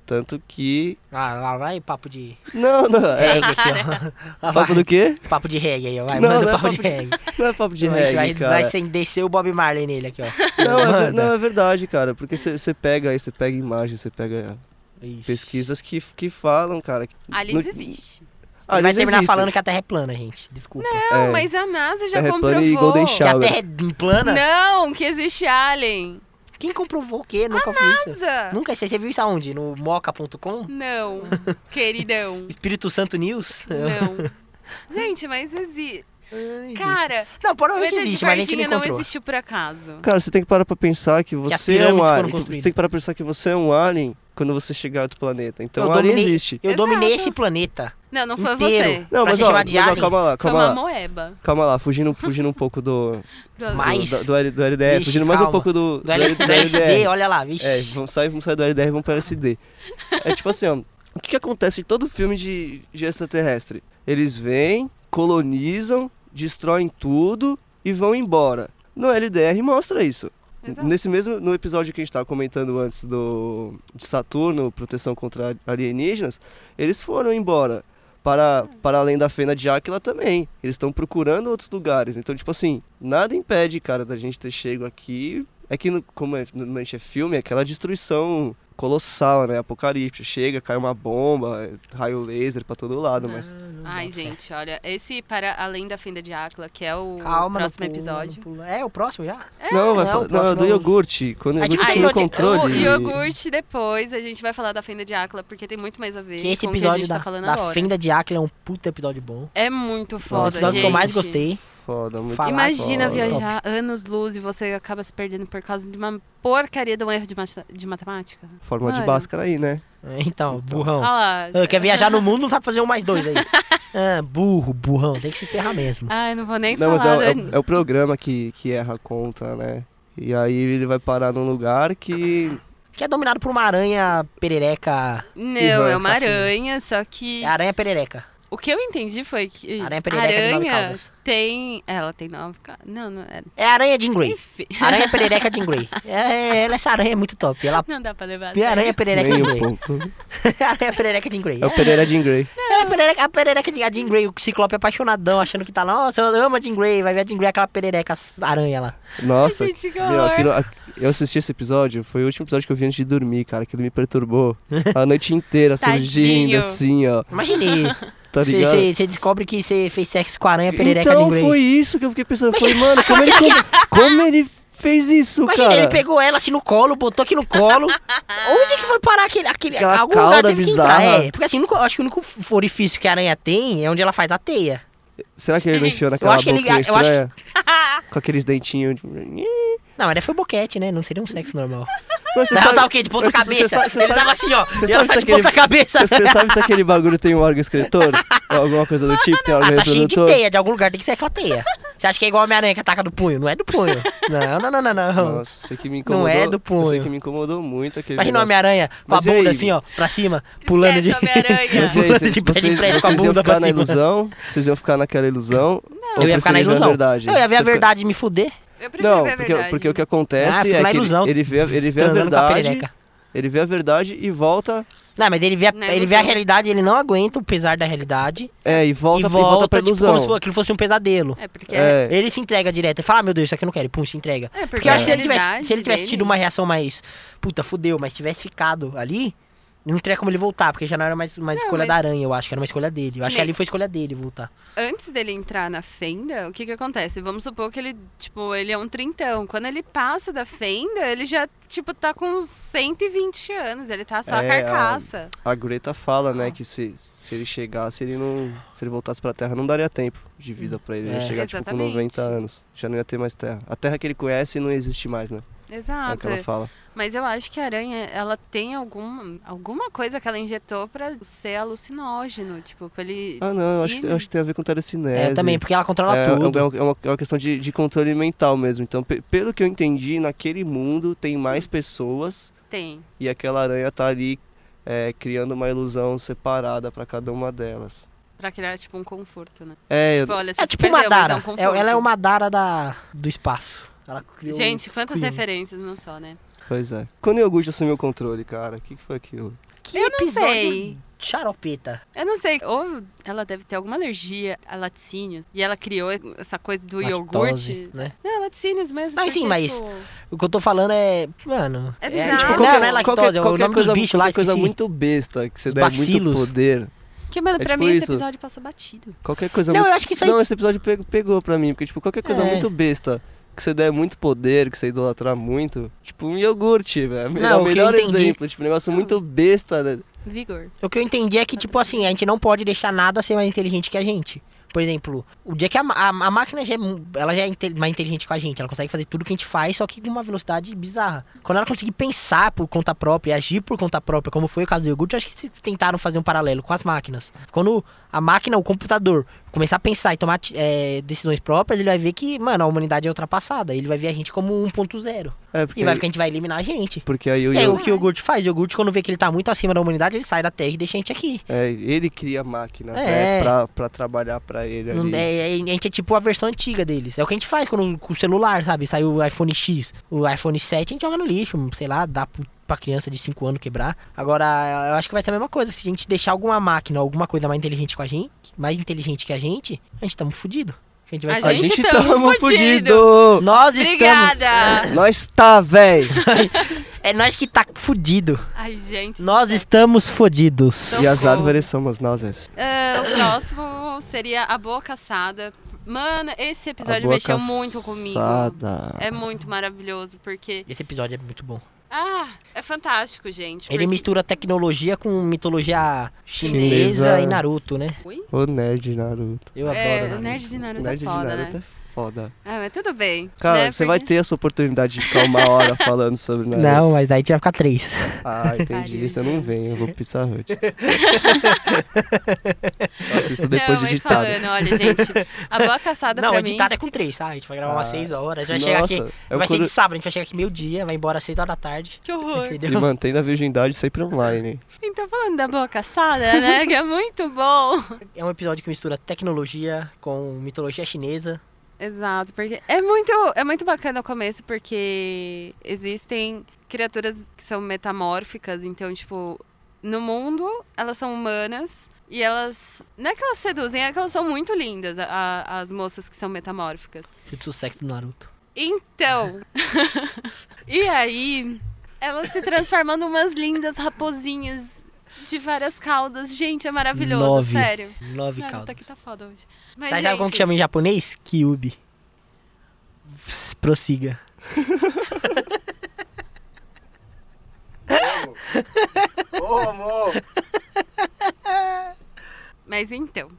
S2: Tanto que.
S1: Ah, lá vai papo de
S2: Não, não. É,
S1: reggae aqui, ó. Lá
S2: papo
S1: Ah, vai.
S2: do quê?
S1: Papo de reggae aí, ó. vai.
S2: Não,
S1: manda
S2: não é
S1: papo, de
S2: papo de-
S1: reggae.
S2: Não é papo de
S1: vai, vai,
S2: reggae,
S1: vai
S2: cara.
S1: sem descer o Bob Marley nele aqui, ó.
S2: Não é, ver-
S1: Manda.
S2: não, é verdade, cara. Porque você pega aí, você pega imagens, você pega
S1: Isso.
S2: pesquisas que, que falam, cara.
S3: Aliens
S2: No-
S3: existe.
S1: Ele vai
S2: aliens
S1: terminar
S2: existem.
S1: falando que a Terra é plana, gente. Desculpa.
S3: Não,
S2: É.
S3: mas a NASA já
S1: Tá
S2: Terra plana
S3: comprovou.
S2: e Golden
S1: que a
S2: Shower.
S1: Terra é plana?
S3: Não, que existe alien.
S1: Quem comprovou o quê? Nunca vi isso.
S3: NASA.
S1: Nunca sei. Você viu isso aonde? No moca.com?
S3: Ah, Não, queridão.
S1: Espírito Santo News?
S3: Não. Gente, mas existe.
S1: Não existe.
S3: Cara,
S1: não,
S3: o ET
S1: provavelmente
S3: de
S1: existe, mas a gente não
S3: Varginha não
S1: encontrou.
S3: existiu por acaso.
S2: Cara, você tem que parar pra pensar que
S1: as
S2: você é um
S1: pirâmides foram
S2: alien. que Você
S1: construídas.
S2: tem que parar pra pensar que você é um alien quando você chegar a outro planeta. Então,
S1: Eu
S2: alien
S1: dominei-
S2: existe.
S1: Eu dominei
S3: Exato.
S1: esse planeta.
S3: Não, não foi
S1: Inteiro.
S3: você.
S2: Não,
S1: pra
S2: mas
S1: ser
S2: ó,
S1: chamado de
S2: mas ó,
S1: alien,
S2: calma lá,
S3: Foi
S2: calma
S3: uma
S2: lá.
S3: moeba.
S2: Calma lá, fugindo, fugindo um pouco do,
S3: Do-
S1: Mas-
S2: do, do, L- do LDR,
S1: Vixe,
S2: fugindo mais um
S1: calma.
S2: pouco do,
S1: Do, L- do LSD, olha lá, vixe.
S2: É, vamos sair, vamos sair do LDR e vamos para LSD. É tipo assim, ó, o que, que acontece em todo filme de, de extraterrestre? Eles vêm, colonizam, destroem tudo e vão embora. No LDR mostra isso.
S3: Exato.
S2: Nesse mesmo no episódio que a gente estava comentando antes do de Saturno, proteção contra alienígenas, eles foram embora para para além da Fena de Áquila também. Eles estão procurando outros lugares. Então, tipo assim, nada impede, cara, da gente ter chego aqui. É que no, como é, normalmente é filme, é aquela destruição colossal, né? Apocalipse. Chega, cai uma bomba, é, raio laser para todo lado, mas
S1: Ah, não
S3: Ai,
S1: boto fé.
S3: gente, olha, esse para além da fenda de Áquila, que é o
S1: Calma, não
S3: próximo
S1: pula, não
S3: episódio.
S1: pula. É, o próximo já?
S2: não, vai
S1: não,
S2: falar-
S1: o
S2: não, é
S1: próximo
S2: do
S1: é o-
S2: iogurte. Quando o
S1: Ah,
S2: iogurte
S1: tipo,
S2: tem
S1: ah,
S2: no
S1: iogurte-
S3: o
S2: controle.
S3: iogurte depois a gente vai falar da fenda de Áquila, porque tem muito mais a ver
S1: Que esse
S3: com o que a
S1: episódio
S3: gente
S1: da,
S3: tá falando
S1: da
S3: agora.
S1: Fenda de Áquila é um puta episódio bom.
S3: É muito
S1: Um dos
S3: foda,
S1: episódios
S3: gente.
S1: que eu mais gostei.
S2: Foda, muito
S1: Fala-
S3: Imagina
S2: Top.
S3: viajar anos-luz e você acaba se perdendo por causa de uma porcaria de um erro de, mata- de matemática.
S2: Forma de
S3: Mano.
S2: Bhaskara aí, né?
S1: É, Então,
S3: Olha
S1: burrão.
S3: lá.
S1: Ah, quer viajar no mundo, não dá pra fazer um mais dois aí. Ah, burro, burrão, tem que se ferrar mesmo.
S3: Ai, Ah, não vou nem
S2: Não, mas é,
S3: falar.
S2: o- é
S3: né?
S2: o- é o programa que, que erra a conta, né? E aí ele vai parar num lugar que.
S1: Que é dominado por uma aranha perereca.
S3: Não, é uma
S2: tá
S1: Fascina.
S2: assim.
S3: aranha, só que...
S1: É aranha perereca.
S3: O que eu entendi foi que
S1: Aranha é perereca de nove
S3: aranha
S1: caudas.
S3: tem... Ela tem nove caudas. Não, não é...
S1: É aranha de Grey.
S3: Enfim,
S1: Aranha perereca de Grey. É, ela, essa aranha é muito top. Ela
S3: não dá pra levar a
S1: é aranha perereca de
S2: Nem um
S1: Grey.
S2: pouco.
S1: aranha perereca de Grey.
S2: É o Pereira Jean Grey.
S1: É a perereca, a perereca de, a Jean Grey, o ciclope apaixonadão, achando que tá lá. Nossa, eu amo a Jean Grey. Vai ver a Jean Grey, aquela perereca s- aranha lá.
S2: Nossa.
S3: Gente, que
S2: Meu,
S3: horror.
S2: aquilo- a- eu assisti esse episódio, foi o último episódio que eu vi antes de dormir, cara. Aquilo me perturbou. A noite inteira surgindo,
S3: Tadinho.
S2: assim, ó.
S1: Imagine.
S2: Tá ligado?
S1: Você descobre que você fez sexo com a aranha perereca
S2: então
S1: de é Grey.
S2: foi isso que eu fiquei pensando. Eu falei, mano, como ele, como, como ele fez isso,
S1: Imagina,
S2: cara?
S1: ele pegou ela assim no colo, botou aqui no colo. Onde que foi parar aquele. aquele
S2: Aquela
S1: algum lugar
S2: cauda
S1: teve que entrar,
S2: bizarra.
S1: É, porque assim, o único- eu acho que o único orifício que a aranha tem é onde ela faz a teia.
S2: Será que ele não enfiou
S3: Gente,
S2: naquela
S1: acho que ele-
S2: boquinha
S1: assim. eu acho que-
S2: estranha? Com aqueles dentinhos. de-
S1: Não, mas daí foi boquete, né? Não seria um sexo normal.
S2: Mas você
S1: Ela
S2: sabe-
S1: tava o quê? tá De ponta
S2: mas você- você
S1: cabeça.
S2: sabe- você
S1: Ele
S2: sabe-
S1: tava assim, ó.
S2: você
S1: e ela
S2: sabe
S1: tá
S2: se
S1: de
S2: aquele-
S1: ponta cabeça.
S2: Você sabe se aquele bagulho tem um órgão escritor? Ou alguma coisa do tipo? Tem órgão
S1: Ah, tá cheio de
S2: reprodutor?
S1: teia, de algum lugar tem que ser aquela teia. Você acha que é igual a Homem-Aranha que ataca do punho? Não é do punho. Não, não, não, não, não.
S2: Nossa, sei que me incomodou.
S1: é do punho.
S2: Eu sei que me incomodou muito aquele
S1: Imagina o
S2: negócio.
S1: Homem-Aranha com a
S2: Mas e
S1: bunda
S2: aí?
S1: assim, ó, pra cima,
S3: Esquece
S1: pulando de.
S3: Homem-Aranha.
S2: Mas e aí,
S1: Pulando
S2: vocês,
S1: de pé de
S2: vocês,
S1: prédio com a
S2: vocês iam
S1: bunda
S2: ficar
S1: pra
S2: na
S1: cima.
S2: ilusão? Vocês iam ficar naquela ilusão? ou
S1: Eu ia ficar na
S2: preferir ver a
S1: ilusão.
S2: verdade?
S1: Eu ia ver a
S2: Você fica-
S1: verdade e me fuder.
S3: Eu prefiro
S2: Não,
S3: ver a
S2: porque,
S3: verdade.
S2: porque o que
S1: Ah,
S2: acontece
S1: fica na
S2: é que ele,
S1: ilusão.
S2: ele vê, ele vê a
S1: Transando com
S2: verdade,
S1: perereca.
S2: ele vê a verdade e volta,
S1: Não, mas ele vê, a,
S3: Na
S1: ele vê a
S3: ilusão.
S1: realidade, ele não aguenta o pesar da realidade.
S2: é, e volta,
S1: e
S2: e volta pra
S1: volta, tipo, como
S2: ilusão.
S1: se fo- aquilo fosse um pesadelo.
S3: É, porque... É,
S2: É,
S1: Ele se entrega direto. Ele fala, ah, meu Deus, isso aqui eu não quero. E pum, se entrega.
S3: porque,
S1: Porque
S3: a
S1: eu acho que se ele tivesse,
S3: realidade
S1: se ele tivesse tido
S3: dele-
S1: uma reação mais... Puta, fudeu. Mas tivesse ficado ali... Não teria como ele voltar, porque já não era mais uma
S3: Não,
S1: escolha
S3: mas-
S1: da aranha, eu acho. Que era uma escolha dele. Eu acho que
S3: Nem-
S1: ali foi escolha dele voltar.
S3: Antes dele entrar na fenda, o que que acontece? Vamos supor que ele, tipo, ele é um trintão. Quando ele passa da fenda, ele já, tipo, tá com uns 120 anos. Ele tá só a
S2: É, a-
S3: carcaça.
S2: a Greta fala, né, que se, se ele chegasse, ele não, se ele voltasse pra Terra, não daria tempo de vida pra ele. Ele ia
S1: É.
S2: chegar, tipo, com
S3: Exatamente.
S2: 90 anos. Já não ia ter mais Terra. A Terra que ele conhece não existe mais, né?
S1: ah,
S2: É o que
S3: Exato.
S2: ela fala.
S3: Mas eu acho que a aranha, ela tem alguma, alguma coisa que ela injetou pra ser alucinógeno. Tipo, pra ele...
S2: Ah, não, eu acho,
S3: E-
S2: que, eu acho que tem a ver com telecinese.
S1: É, também, porque ela controla
S2: É,
S1: tudo.
S2: é uma- é uma, é uma questão de, de controle mental mesmo. Então, pe- pelo que eu entendi, naquele mundo tem mais pessoas
S3: Tem.
S2: e aquela aranha tá ali é, criando uma ilusão separada pra cada uma delas.
S3: Pra criar, tipo, um conforto, né?
S2: É,
S3: Tipo,
S2: eu-
S3: olha, você
S1: É
S3: se
S1: tipo uma
S3: perdeu, mas é um
S1: Dara. É-
S3: conforto.
S1: ela é uma Dara da, do espaço. Ela criou
S3: Gente,
S1: um
S3: quantas
S1: esquema.
S3: referências não só, né?
S2: pois é. Quando o Augusto assumiu o controle, cara, o que, que foi aquilo?
S1: Que
S3: Eu não
S1: episódio
S3: sei.
S1: Xaropeta.
S3: Eu não sei, ou ela deve ter alguma alergia a laticínios. E ela criou essa coisa do
S1: Lactose,
S3: iogurte.
S1: né?
S3: Não, laticínios mesmo.
S1: Mas sim,
S3: porque,
S1: mas-
S3: tipo,
S1: O que eu tô falando é. Mano.
S3: É
S1: é,
S3: bizarro.
S1: tipo,
S3: Qualquer-
S1: não, não é lactose, é o nome dos bichos lá.
S2: qualquer coisa
S1: esqueci.
S2: muito besta, que você
S1: Os
S2: der
S1: bacilos.
S2: muito poder.
S3: Que, mano,
S2: É
S3: pra
S2: tipo
S3: mim
S2: isso.
S3: esse episódio passou batido.
S2: Qualquer coisa
S1: Não,
S2: muito...
S1: eu acho que isso aí.
S2: Não, esse episódio pegou, pegou pra mim, porque, tipo, qualquer coisa
S1: É.
S2: muito besta, que você der muito poder, que você idolatrar muito, tipo, um iogurte, velho. É
S1: Não,
S2: o
S1: o que eu
S2: melhor
S1: entendi-
S2: exemplo, tipo, um negócio muito besta, né?
S3: Vigor.
S1: O que eu entendi é que, tipo assim, a gente não pode deixar nada ser mais inteligente que a gente. Por exemplo, o dia que a, ma- a, a máquina já é, mu- ela já é inte- mais inteligente que a gente, ela consegue fazer tudo que a gente faz, só que com uma velocidade bizarra. Quando ela conseguir pensar por conta própria e agir por conta própria, como foi o caso do iogurte, eu acho que se tentaram fazer um paralelo com as máquinas. Quando a máquina, o computador, começar a pensar e tomar ati- eh, decisões próprias, ele vai ver que, mano, a humanidade é ultrapassada. Ele vai ver a gente como 1.0.
S2: É,
S1: E
S2: porque,
S1: vai ver que a gente vai eliminar a gente.
S2: porque aí o
S1: É o
S2: iogurte...
S1: que o iogurte faz. O iogurte, quando vê que ele tá muito acima da humanidade, ele sai da Terra e deixa a gente aqui.
S2: É, ele cria máquinas,
S1: É.
S2: né, pra, pra trabalhar pra ele
S1: Não-
S2: ali.
S1: é- é- a gente é tipo a versão antiga deles. É o que a gente faz quando, com o celular, sabe? Saiu o iPhone X, o iPhone 7, a gente joga no lixo, sei lá, dá pro- pra criança de 5 anos quebrar. Agora, eu acho que vai ser a mesma coisa. Se a gente deixar alguma máquina, alguma coisa mais inteligente com a gente, mais inteligente que a gente, a gente tamo fudido. A gente tá vai
S3: A
S1: sair.
S3: gente tamo
S2: tá fudido!
S1: Nós estamos.
S3: Obrigada!
S2: Nós tá, véi!
S1: É nós que tá fudido.
S3: Ai, gente.
S1: Nós estamos fodidos.
S3: É. Então-
S2: e as
S3: Socorro.
S2: árvores somos nós, é.
S3: Ah, o próximo seria a boa caçada. Mano, esse
S2: A
S3: episódio
S2: boa
S3: mexeu muito comigo.
S2: caçada.
S3: É muito maravilhoso, porque.
S1: Esse episódio é muito bom.
S3: Ah, é fantástico, gente.
S1: Ele
S3: porque-
S1: mistura tecnologia com mitologia chinesa,
S2: Chinesa.
S1: e Naruto, né?
S3: Ui?
S2: O nerd Naruto.
S1: Eu
S3: É,
S1: adoro. Naruto.
S3: nerd de Naruto
S2: né? nerd
S3: é foda,
S2: de Naruto
S3: né?
S2: é foda.
S3: Ah, mas tudo bem.
S2: Cara,
S3: né?
S2: você vai
S3: Porque-
S2: ter essa oportunidade de ficar uma hora falando sobre Naruto.
S1: Não, mas daí a gente vai ficar três.
S2: Ah, entendi.
S3: Pariu,
S2: Isso eu não
S3: gente.
S2: venho, eu vou pro Pizza Hut. Eu Assisto
S3: Não,
S2: depois de
S3: mas
S2: ditado.
S3: falando, olha, gente, a boa caçada
S1: Não,
S3: pra
S1: a
S3: mim.
S1: editada é com três, tá? A gente vai gravar umas
S2: Ah,
S1: seis horas. Vai chegar aqui.
S2: Nossa, é
S1: vai ser
S2: o coro...
S1: de sábado, a gente vai chegar aqui meio-dia, vai embora às seis horas da tarde.
S3: Que horror.
S2: E
S1: Entendeu?
S2: mantendo a virgindade sempre online.
S3: Então, falando da boa caçada, né? Que é muito bom.
S1: É um episódio que mistura tecnologia com mitologia chinesa.
S3: Exato, porque é muito, é muito bacana o começo, porque existem criaturas que são metamórficas, então, tipo, no mundo elas são humanas e elas. Não é que elas seduzem, é que elas são muito lindas, a- a- as moças que são metamórficas.
S1: Jutsu sexo do Naruto.
S3: Então. e aí, ela se transformando em umas lindas raposinhas de várias caudas. Gente, é maravilhoso,
S1: Nove.
S3: sério.
S1: Nove
S3: Naruto
S1: caldas.
S3: aqui tá foda hoje. Mas,
S1: Sabe sabe como que
S3: gente,
S1: chama em japonês? Kyubi. Vs, Prossiga.
S2: Ô, amor!
S3: mas então,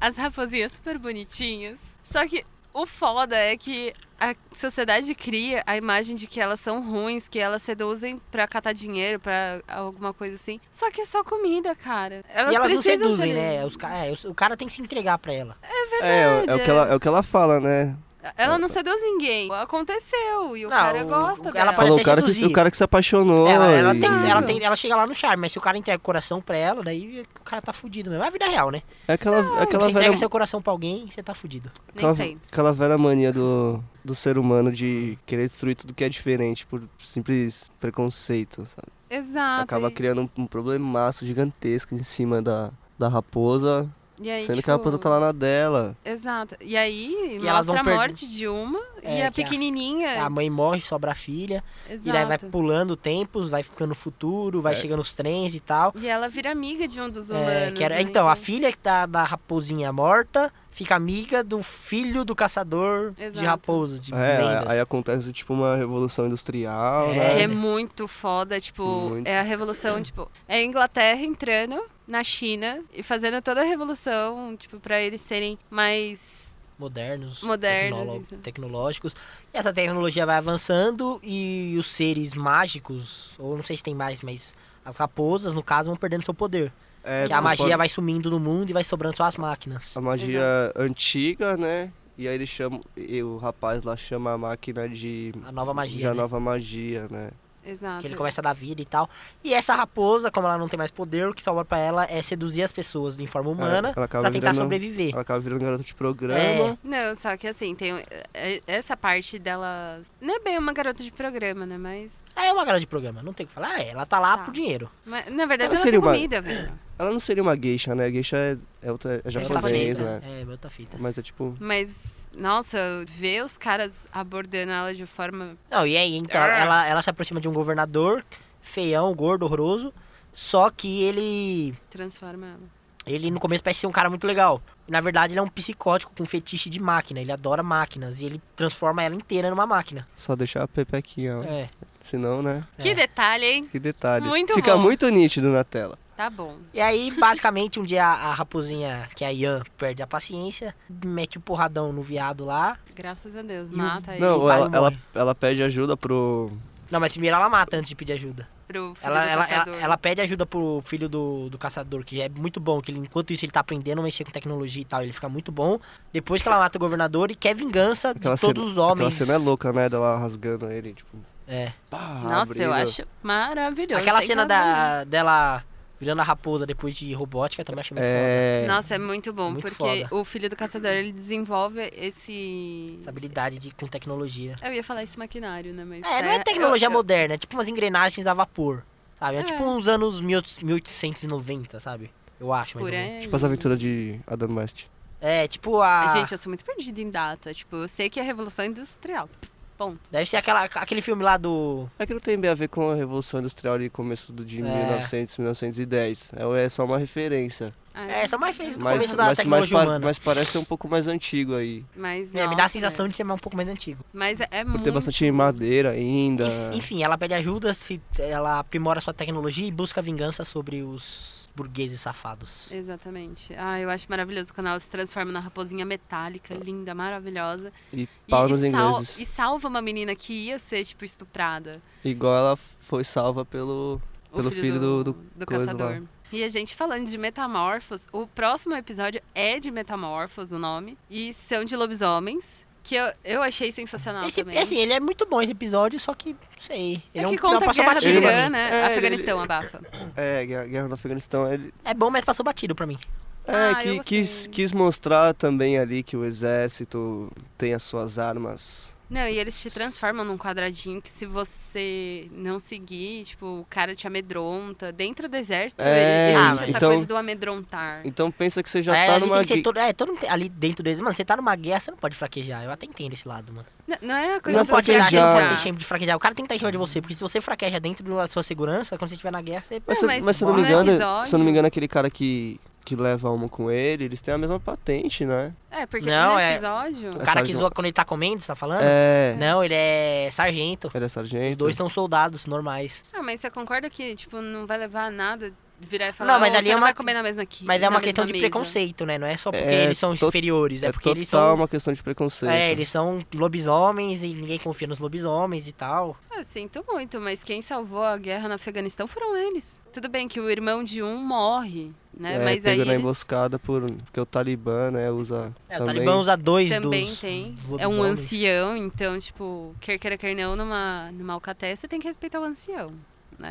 S3: as raposinhas super bonitinhas. Só que o foda é que a sociedade cria a imagem de que elas são ruins, que elas seduzem pra catar dinheiro, pra alguma coisa assim. Só que é só comida, cara. Elas,
S1: e elas não
S3: precisam
S1: seduzem,
S3: ser-
S1: né? Os ca- é, os- o cara tem que se entregar pra ela.
S2: É, é o, que ela, é o que ela fala, né?
S3: Ela não seduz ninguém. Aconteceu. E o
S1: Não,
S3: cara
S1: o-
S3: gosta
S1: ela
S3: dela.
S1: pode
S2: Falou
S1: até
S2: o cara, que,
S1: seduzir.
S2: o cara que se apaixonou.
S1: Ela, ela,
S2: e-
S1: tem, ela,
S3: Exato.
S1: tem, ela chega lá no charme, mas se o cara entrega o coração pra ela, daí o cara tá fudido mesmo. É a vida real, né?
S2: É aquela, é
S1: você
S2: aquela
S1: entrega
S2: velha.
S1: seu coração pra alguém, você tá fudido.
S3: Nem
S2: Aquela,
S3: sei.
S2: aquela velha mania do, do ser humano de querer destruir tudo que é diferente por simples preconceito, sabe?
S3: Exato.
S2: Acaba
S3: e-
S2: criando um, um problemaço gigantesco em cima da, da raposa,
S3: e aí,
S2: sendo
S3: tipo,
S2: que a raposa tá lá na dela.
S3: Exato. E aí
S1: elas
S3: mostra
S1: vão
S3: a
S1: perder-
S3: morte de uma
S1: É,
S3: e a
S1: que a-
S3: pequenininha.
S1: A mãe morre, sobra a filha, e
S3: Exato.
S1: daí vai pulando tempos, vai ficando futuro, vai
S2: É.
S1: chegando os trens e tal.
S3: E ela vira amiga de um dos
S1: É,
S3: humanos.
S1: que era-
S3: né?
S1: então, a filha que tá da raposinha morta fica amiga do filho do caçador de
S3: Exato.
S1: raposas, de
S2: É, aí-
S1: vendas.
S2: aí acontece tipo uma revolução industrial,
S1: É.
S2: né?
S3: Que é muito foda, tipo,
S2: Muito.
S3: é a revolução, tipo, é a Inglaterra entrando na China e fazendo toda a revolução, tipo, pra eles serem mais.
S1: Modernos,
S3: Modernos, isso.
S1: tecnológicos. E essa tecnologia vai avançando e os seres mágicos, ou não sei se tem mais, mas as raposas, no caso, vão perdendo seu poder.
S2: É,
S1: que a
S2: por
S1: magia
S2: conta-
S1: vai sumindo do mundo e vai sobrando só as máquinas.
S2: A magia antiga, né? E aí ele chama. E o rapaz lá chama a máquina de.
S1: A nova
S2: de
S1: magia,
S2: a
S1: né?
S2: nova magia, né?
S3: Exato.
S1: Que ele começa a dar vida e tal. E essa raposa, como ela não tem mais poder, o que sobra pra ela é seduzir as pessoas de forma humana
S2: É, ela acaba
S1: pra tentar
S2: virando-
S1: sobreviver.
S2: Ela acaba virando um garoto de
S1: É.
S2: programa.
S3: Não, só que assim, tem é, essa parte dela. Não é bem uma garota de programa, né? Mas.
S1: É uma garota de programa, não tem o que falar. Ah, é, ela tá lá
S3: Tá.
S1: por dinheiro.
S3: mas, na verdade,
S2: Ela
S3: ela
S2: seria
S3: tem
S2: uma-
S3: comida, velho.
S2: Ela não seria uma geisha, né? Geisha é, é outra. É
S1: É
S3: outra
S2: japonês,
S3: fita.
S2: né?
S1: É, meu tá fita.
S2: Mas é tipo.
S3: Mas, nossa, ver os caras abordando ela de forma.
S1: Não, e aí, então,
S3: Ah.
S1: ela, ela se aproxima de um governador, feião, gordo, horroroso. Só que ele.
S3: transforma ela.
S1: Ele no começo parece ser um cara muito legal. Na verdade, ele é um psicótico com fetiche de máquina. Ele adora máquinas. E ele transforma ela inteira numa máquina.
S2: Só deixar a pepequinha, ó.
S1: É.
S2: Senão, né?
S3: Que detalhe, hein?
S2: Que detalhe.
S3: Muito
S2: Fica
S3: bom.
S2: muito nítido na tela.
S3: Tá bom.
S1: E aí, basicamente, um dia a, a raposinha, que é a Ian, perde a paciência, mete o porradão no viado lá.
S3: Graças a Deus.
S1: É, E o-
S3: Mata ele
S2: Não,
S1: o pai
S2: ela,
S1: morre.
S2: ela, ela pede ajuda pro.
S1: Não, mas primeiro ela mata antes de pedir ajuda.
S3: pro filho
S1: Ela,
S3: do
S1: ela,
S3: caçador.
S1: ela, ela pede ajuda pro filho do, do caçador, que é muito bom, que ele, enquanto isso ele tá aprendendo a mexer com tecnologia e tal, ele fica muito bom. Depois que ela mata o governador e quer vingança
S2: Aquela
S1: de todos
S2: cena,
S1: os homens.
S2: Aquela cena é louca, né? Dela rasgando ele, tipo.
S1: É.
S2: Pá,
S3: Nossa, eu
S2: abrindo.
S3: acho maravilhoso.
S1: Aquela
S3: Tem um.
S1: cena
S3: que
S1: da, dela virando a raposa depois de robótica também achei muito foda.
S2: É.
S3: ver. Nossa, é muito bom,
S1: Muito
S3: porque
S1: foda.
S3: o filho do caçador, ele desenvolve esse...
S1: Essa habilidade de, com tecnologia.
S3: Eu ia falar esse maquinário, né? Mas
S1: É, não é tecnologia
S3: eu- eu-
S1: moderna, é tipo umas engrenagens a vapor, sabe? É,
S3: É.
S1: tipo uns anos 1800 1890, sabe? Eu acho, mais
S3: por
S1: ou menos.
S3: aí.
S2: Tipo as aventuras de Adam West.
S1: É, tipo a...
S3: Gente, eu sou muito perdida em data. Tipo, eu sei que é a Revolução Industrial. Ponto.
S1: Deve ser aquela, aquele filme lá do...
S2: É que não tem bem a ver com a Revolução Industrial de começo do- de
S1: É.
S2: 1900, 1910. É é só uma referência.
S3: Ah,
S1: É, só mais feliz no
S2: Mas,
S1: começo da
S2: mas, mas,
S1: tecnologia
S2: pa-
S1: humana.
S2: mas parece ser um pouco mais antigo aí.
S3: Mas,
S1: É, me dá a
S3: nossa, né.
S1: sensação de ser um pouco mais antigo.
S3: Mas é, é
S2: Por
S3: muito...
S1: Uhum.
S2: ter bastante madeira ainda.
S1: Enf- Enfim, ela pede ajuda, se ela aprimora sua tecnologia e busca vingança sobre os burgueses safados.
S3: Exatamente. Ah, eu acho maravilhoso quando ela se transforma na raposinha metálica, linda, maravilhosa.
S2: E
S3: E,
S2: pau
S3: e
S2: nos
S3: sal-
S2: ingleses.
S3: e salva uma menina que ia ser, tipo, estuprada.
S2: Igual ela foi salva pelo.
S3: O
S2: Pelo filho do- do coisa
S3: caçador. E a gente falando de metamorfos, o próximo episódio é de metamorfos, o nome. E são de lobisomens, que eu, eu achei sensacional
S1: Esse,
S3: também.
S1: assim, ele é muito bom esse episódio, só que, não sei. Ele
S3: é
S1: um-
S3: que
S1: não,
S3: conta a
S1: passou
S3: guerra do
S1: batido pra
S3: Irã,
S1: mim.
S3: né?
S2: É, ele-
S3: Afeganistão, abafa.
S2: É, guerra, guerra do Afeganistão. Ele,
S1: É bom, mas passou batido pra mim.
S2: é,
S3: Ah, eu
S2: que, quis,
S3: gostei.
S2: quis mostrar também ali que o exército tem as suas armas.
S3: Não, e eles te transformam num quadradinho que se você não seguir, tipo, o cara te amedronta. Dentro do exército,
S2: É,
S3: ele
S1: Ah,
S3: existe essa
S2: então-
S3: coisa do amedrontar.
S2: Então pensa que você já
S1: é,
S2: tá
S1: ali
S2: numa.
S1: tem que ser
S2: gui-
S1: todo, é, todo mundo tem- ali dentro deles. Mano, você tá numa guerra, você não pode fraquejar. Eu até entendo esse lado, mano.
S3: N- Não é a
S1: Você
S3: coisa
S1: não
S3: do
S1: pode
S2: fraquejar.
S1: tirar, você não pode ter
S3: fraquejar.
S1: chama de fraquejar. O cara tem que estar em cima de você, porque se você fraqueja dentro da sua segurança, quando você estiver na guerra, você.
S2: Mas,
S3: Não,
S2: se,
S3: mas
S2: mas se eu não
S1: um
S2: me
S3: no
S2: engano, se eu não
S3: episódio-
S2: me engano, aquele cara que, que leva uma com ele, eles têm a mesma patente, né?
S3: É, porque
S1: Não,
S3: no
S1: é-
S3: episódio...
S1: O cara que
S2: sargento.
S1: zoa quando ele tá comendo, você tá falando?
S2: É.
S1: Não, ele é sargento.
S2: Ele é
S1: Os
S2: sargento.
S1: dois são soldados normais.
S3: Ah, mas você concorda que, tipo, não vai levar a nada virar e falar,
S1: Não, mas
S3: "Ô,
S1: ali
S3: você
S1: é
S3: não
S1: uma-
S3: vai comer na mesma aqui.
S1: Mas é
S3: na
S1: uma questão de
S3: mesma mesa."
S1: preconceito, né? Não é só porque
S2: É,
S1: eles são
S2: to-
S1: inferiores, é,
S2: é
S1: porque
S2: total
S1: eles são.
S2: uma questão de preconceito.
S1: É, eles são lobisomens e ninguém confia nos lobisomens e tal.
S3: Ah, Eu sinto muito, mas quem salvou a guerra no Afeganistão foram eles. Tudo bem que o irmão de um morre. né?
S2: é,
S3: Mas aí
S2: pega na
S3: eles
S2: emboscada por, porque o Talibã, né, usa
S1: É, o
S2: também.
S1: Talibã usa dois
S3: também
S1: dos...
S3: tem.
S1: dos
S3: É um
S1: lobisomens.
S3: ancião, então, tipo, quer queira, quer não, numa, numa alcateia, você tem que respeitar o ancião.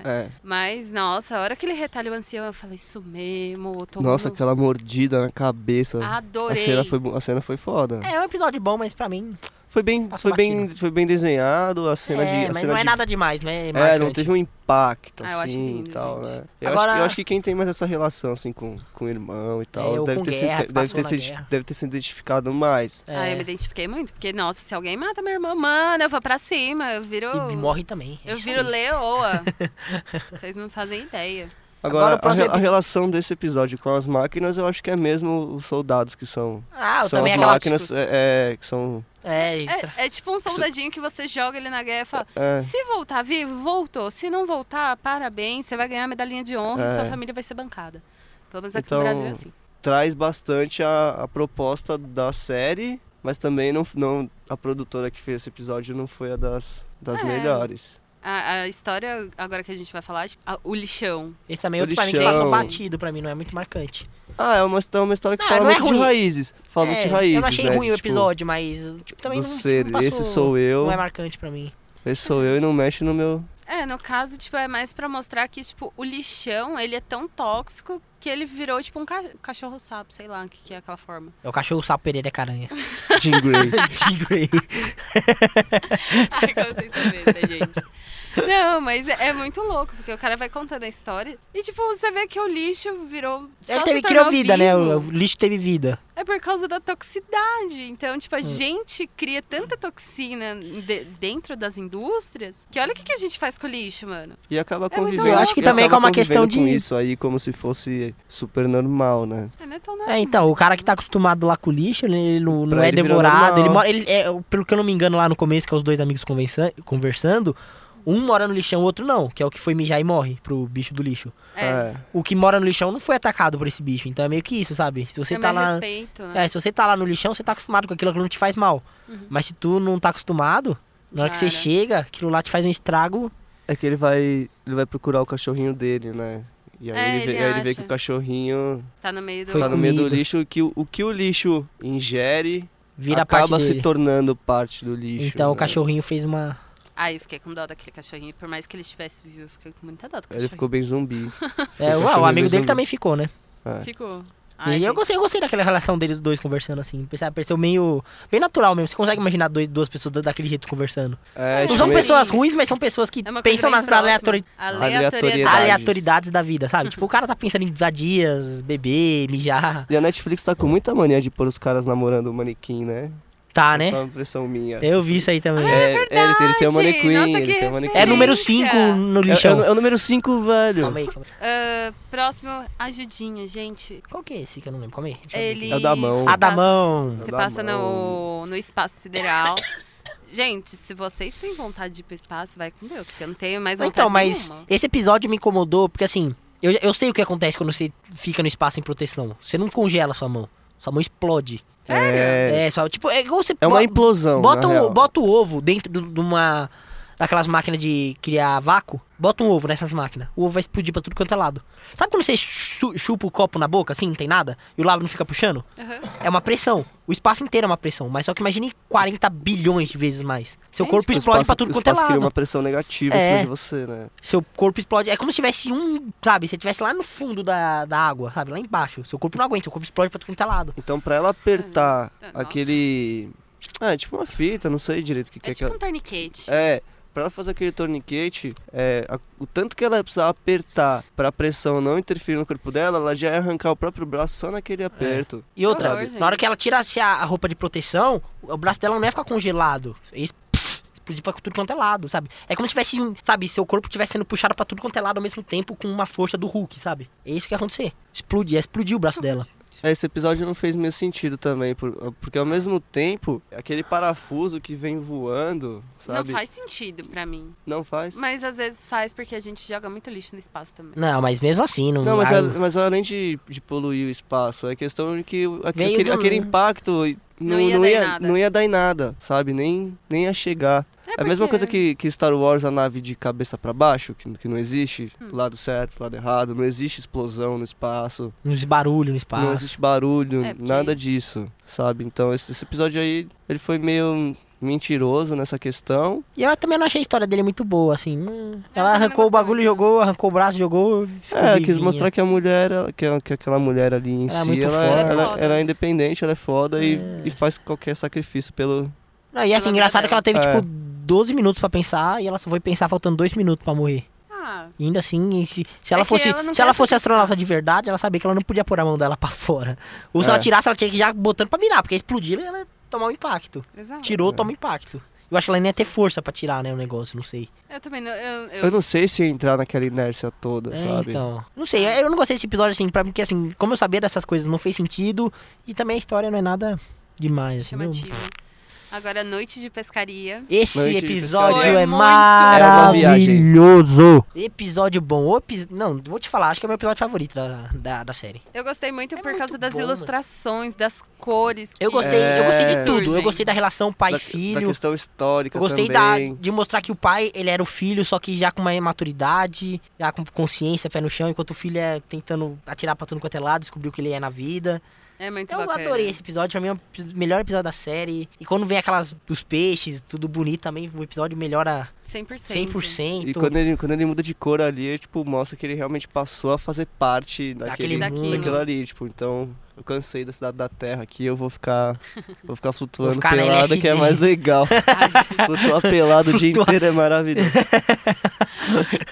S2: É.
S3: Mas, nossa, a hora que ele retalha o ancião, eu falei, isso mesmo, tô
S2: Nossa, aquela mordida na cabeça. A
S3: Adorei.
S2: cena, foi, bo- a cena foi foda.
S1: É um episódio bom, mas pra mim.
S2: Foi, bem,
S1: Passou
S2: foi, bem, foi bem desenhado, a cena
S1: é,
S2: de. A
S1: mas
S2: cena
S1: não é
S2: de-
S1: nada demais, né?
S2: É, não
S1: marcante.
S2: teve um impacto,
S3: Ah, eu acho
S2: assim,
S3: lindo,
S2: e tal,
S3: gente.
S2: né? Eu,
S1: Agora- É,
S2: acho, que- eu acho que quem tem mais essa relação, assim, com, com o irmão e tal,
S1: ou
S2: deve,
S1: com
S2: ter
S1: guerra,
S2: se,
S1: que
S2: deve,
S1: passou
S2: ter
S1: na
S2: se, ide-
S1: guerra.
S2: deve ter se identificado mais.
S1: É,
S3: Ah, eu me identifiquei muito, porque, nossa, se alguém mata meu irmão, mano, eu vou pra cima, eu viro.
S1: E morre também. é
S3: Eu
S1: isso
S3: viro
S1: aí.
S3: leoa. Vocês não fazem ideia.
S1: Agora
S2: Agora,
S1: o
S2: a,
S1: próximo
S2: re- a
S1: epi-
S2: relação desse episódio com as máquinas, eu acho que é mesmo os soldados que são.
S1: Ah, eu
S2: são
S1: também é
S2: as
S1: aquela.
S2: máquinas é, é, que são.
S1: É, extra.
S3: É, é tipo um soldadinho que você joga ele na guerra e fala:
S2: É,
S3: se voltar vivo, voltou. Se não voltar, parabéns, você vai ganhar a medalhinha de honra e
S2: É.
S3: sua família vai ser bancada. Pelo menos aqui no
S2: Então,
S3: Brasil é assim.
S2: traz bastante a, a proposta da série, mas também não, não. A produtora que fez esse episódio não foi a das, das
S3: É.
S2: melhores.
S3: A, a história, agora que a gente vai falar, tipo, a- o lixão.
S1: Esse também é
S2: o
S1: outro pra mim que
S2: lixão.
S1: passou batido pra mim, não é muito marcante.
S2: Ah, é uma, é uma história que
S1: Não,
S2: fala
S1: não é
S2: muito
S1: ruim.
S2: de raízes. Fala muito
S1: É,
S2: de raízes.
S1: Eu não achei
S2: né,
S1: ruim
S2: de,
S1: o
S2: tipo,
S1: episódio, mas tipo, também
S2: do
S1: não,
S2: ser,
S1: não passou-
S2: esse sou eu,
S1: Não é marcante pra mim.
S2: esse sou eu e não mexe no meu.
S3: É, no caso, tipo, é mais pra mostrar que, tipo, o lixão, ele é tão tóxico que ele virou, tipo, um ca- cachorro-sapo, sei lá, o que, que é aquela forma.
S1: É o cachorro sapo Pereira é caranha.
S2: Jim Grey.
S1: Tigre.
S3: Ai, como vocês sabem, né, gente? Não, mas é, é muito louco, porque o cara vai contando a história e, tipo, você vê que o lixo virou. Só
S1: Ele
S3: se
S1: teve, criou
S3: tornou
S1: vida, né?
S3: vivo.
S1: O, o Hum. lixo teve vida.
S3: É por causa da toxicidade. Então, tipo, a gente cria tanta toxina de- dentro das indústrias que olha o que, que a gente faz com o lixo, mano.
S2: E acaba
S3: muito
S2: convivendo.
S3: louco. Eu
S1: acho que
S2: e
S1: também é
S2: acaba
S1: uma questão
S2: convivendo
S1: de-
S2: com isso aí como se fosse super normal, né?
S3: É, não é tão normal.
S1: É, então, o cara que tá acostumado lá com o lixo, ele, ele não,
S2: Pra
S1: não é
S2: ele virou
S1: devorado.
S2: normal.
S1: Ele mora, ele, é, pelo que eu não me engano, lá no começo, que é os dois amigos conversa- conversando, um mora no lixão, o outro não, que é o que foi mijar e morre pro bicho do lixo.
S3: É,
S1: O que mora no lixão não foi atacado por esse bicho, então é meio que isso, sabe? Se você
S3: é
S1: tá
S3: mais
S1: lá.
S3: respeito, né?
S1: É, se você tá lá no lixão, você tá acostumado com aquilo, aquilo não te faz mal.
S3: Uhum.
S1: Mas se tu não tá acostumado, na hora que você
S3: Cara.
S1: chega, aquilo lá te faz um estrago.
S2: É que ele vai, ele vai procurar o cachorrinho dele, né? E aí,
S3: É,
S2: ele, vê,
S3: ele
S2: aí ele vê que
S3: acha.
S2: o cachorrinho
S3: Tá no meio do.
S1: É. Foi
S2: tá no meio do
S1: comido.
S2: lixo, que o, o que o lixo ingere
S1: Vira
S2: acaba
S1: parte
S2: se
S1: dele.
S2: tornando parte do lixo.
S1: Então o
S2: né?
S1: cachorrinho fez uma.
S3: Aí eu fiquei com dó daquele cachorrinho. Por mais que ele estivesse vivo, eu fiquei com muita dó do
S2: Ele
S3: cachorrinho.
S2: ficou bem zumbi.
S1: É, ué,
S2: o
S1: o
S2: cachorrinho
S1: amigo dele
S2: resolveu.
S1: também ficou, né?
S2: ficou-
S3: Ficou.
S1: e
S3: Ai,
S1: eu
S3: gente.
S1: gostei, eu gostei daquela relação deles dois conversando assim. Percebe- Pareceu meio. bem natural mesmo. Você consegue imaginar dois, duas pessoas da- daquele jeito conversando.
S2: É,
S1: Não
S2: tipo,
S1: são
S2: meio-
S1: pessoas ruins, mas são pessoas que
S3: É uma coisa
S1: pensam
S3: bem
S1: nas
S3: próxima.
S1: aleatori-
S3: Aleatoriedade.
S2: Aleatoriedade.
S1: aleatoriedades da vida, sabe? tipo, o cara tá pensando em desadias, beber, mijar.
S2: E a Netflix tá com muita mania de pôr os caras namorando o manequim, né?
S1: Tá, né?
S2: Só uma impressão minha.
S1: Eu vi isso aí também.
S2: É, é ele, tem- ele tem um manequim,
S3: Nossa, que
S2: ele tem um manequim.
S1: É, número
S3: referência.
S1: 5 no
S2: É, é o-
S1: lixão.
S2: é o número 5, velho.
S1: Calma aí, calma aí.
S3: Ah, próximo, ajudinha, gente.
S1: Qual que é esse que eu não lembro? Calma aí. deixa eu ver Tá aqui.
S3: Ele.
S2: É o da mão.
S3: passa-
S1: Adamão.
S3: Você
S2: Da
S3: passa
S2: mão.
S3: no, no espaço sideral. Gente, se vocês têm vontade de ir pro espaço, vai com Deus, porque eu não tenho mais vontade
S1: Então, mas
S3: nenhuma.
S1: esse episódio me incomodou porque assim, eu, eu sei o que acontece quando você fica no espaço sem proteção. Você não congela sua mão. Sua mão explode.
S2: É,
S1: É, só, tipo, é igual você
S2: é uma
S1: bo-
S2: implosão.
S1: bota,
S2: na
S1: um-
S2: real.
S1: bota o ovo dentro do- de uma daquelas máquinas de criar vácuo. Bota um ovo nessas máquinas. O ovo vai explodir pra tudo quanto é lado. Sabe quando você chu- chupa o copo na boca assim, não tem nada? E o lábio não fica puxando?
S3: Aham.
S1: É uma pressão. O espaço inteiro é uma pressão, mas só que imagine 40 bilhões de vezes mais. Seu
S3: Gente,
S1: corpo
S2: O
S1: explode
S2: espaço-
S1: pra tudo
S2: o
S1: quanto é
S2: espaço cria
S1: lado.
S2: uma pressão negativa em
S1: É.
S2: cima de você, né?
S1: Seu corpo explode. É como se tivesse um, sabe? Se tivesse lá no fundo da, da água, sabe? Lá embaixo. Seu corpo não aguenta, seu corpo explode pra tudo quanto é lado.
S2: Então, pra ela apertar
S3: Ah, nossa.
S2: aquele. Ah, é tipo uma fita, não sei direito o que, que
S3: É
S2: é
S3: tipo
S2: aquela.
S3: um torniquete.
S2: É, pra ela fazer aquele torniquete, é, a- o tanto que ela precisava apertar pra pressão não interferir no corpo dela, ela já ia arrancar o próprio braço só
S1: É.
S2: naquele aperto.
S1: E outra,
S3: horror, gente.
S1: na hora que ela tirasse a, a roupa de proteção, o braço dela não ia ficar congelado. Ia es- pff, explodir pra tudo quanto é lado, sabe? É como se tivesse, um- sabe? Seu corpo estivesse sendo puxado pra tudo quanto é lado ao mesmo tempo com uma força do Hulk, sabe? É isso que ia acontecer. Explodir, ia explodir o braço dela.
S2: É, Esse episódio não fez meio sentido também, por- ah, porque ao mesmo tempo, aquele parafuso que vem voando, sabe?
S3: Não faz sentido pra mim.
S2: Não faz?
S3: Mas às vezes faz porque a gente joga muito lixo no espaço também.
S1: Não, mas mesmo assim, não.
S2: Não, mas,
S1: ah,
S2: a- mas além de, de poluir o espaço, é questão de que o- aque-
S1: Veio
S2: aquele,
S1: do-
S2: aquele impacto não,
S3: Não ia
S2: não
S3: dar em
S2: ia,
S3: nada.
S2: não ia dar em nada, sabe? Nem, nem ia chegar.
S3: É,
S2: É a mesma
S3: porque-
S2: coisa que, que Star Wars, a nave de cabeça pra baixo, que, que não existe
S3: Hum.
S2: lado certo, lado errado, não existe explosão no espaço,
S1: Nos barulhos no
S2: não
S1: espaço.
S2: existe barulho,
S3: É, porque-
S2: nada disso, sabe? Então esse, esse episódio aí, ele foi meio mentiroso nessa questão.
S1: E eu também não achei a história dele muito boa, assim. não-
S3: É,
S1: Ela
S3: eu também não
S1: arrancou o
S3: gostei
S1: bagulho,
S3: muito.
S1: jogou, arrancou o braço, jogou. ficou
S2: É, quis
S1: vivinha.
S2: mostrar que a mulher, que, a- que aquela mulher ali em
S1: Ela é
S2: si,
S1: muito
S2: ela,
S1: foda.
S2: ela-
S3: Ela é foda.
S2: ela é independente, ela é foda e, e faz qualquer sacrifício pelo...
S1: Não, e assim,
S3: Pela
S1: engraçado
S3: vida
S1: que ela teve,
S2: dela.
S1: tipo, 12 minutos pra pensar e ela só foi pensar faltando 2 minutos pra morrer.
S3: Ah,
S1: E ainda assim, e se, se ela
S3: É que
S1: fosse,
S3: ela não assim.
S1: se ela
S3: quer
S1: fosse astronauta de verdade, ela sabia que ela não podia pôr a mão dela pra fora. Ou se
S2: É.
S1: ela tirasse, ela tinha que ir já botando pra mirar, porque explodir ela ia tomar um impacto.
S3: exato.
S2: É.
S1: Tirou, toma impacto. Eu acho que ela nem ia ter força pra tirar, né, o negócio, não sei.
S3: Eu também não. Eu, eu-
S2: Eu não sei se ia entrar naquela inércia toda,
S1: É,
S2: sabe?
S1: então. Não sei, eu não gostei desse episódio, assim, pra mim, porque assim, como eu sabia dessas coisas, não fez sentido. E também a história não é nada demais, assim, não.
S3: chamativo. Agora, noite de pescaria.
S1: Esse
S2: Noite de
S1: episódio
S3: pescaria.
S1: é
S3: Foi muito-
S1: maravilhoso. Episódio bom. O epi- Não, vou te falar, acho que é o meu episódio favorito da, da, da série.
S3: Eu gostei muito
S1: É
S3: por
S1: muito
S3: causa das
S2: né?
S1: bom,
S3: ilustrações, das cores.
S1: Eu
S3: que-
S1: gostei, eu gostei de
S2: É.
S1: tudo. Eu
S3: Surgem.
S1: gostei da relação pai
S2: Da, da
S1: filho.
S2: questão histórica
S1: eu gostei da,
S2: também.
S1: de mostrar que o pai, ele era o filho, só que já com uma maturidade, já com consciência, pé no chão, enquanto o filho é tentando atirar pra tudo quanto é lado, descobriu o que ele é na vida.
S3: É muito
S1: Eu
S3: bacana.
S1: adorei esse episódio, pra mim é o epi- melhor episódio da série. E quando vem aquelas, os peixes, tudo bonito também, o episódio melhora
S3: 100%.
S1: 100%.
S2: E quando ele, quando ele muda de cor ali, tipo, mostra que ele realmente passou a fazer parte daquele,
S1: Daquele
S3: mundo.
S2: daquilo ali, tipo, então eu cansei da cidade da terra aqui, eu vou ficar vou ficar flutuando
S1: Vou ficar na
S2: pelado que é
S1: LSD.
S2: mais legal.
S3: Ai, gente.
S2: Flutuar pelado o dia
S1: Flutuar.
S2: inteiro é maravilhoso.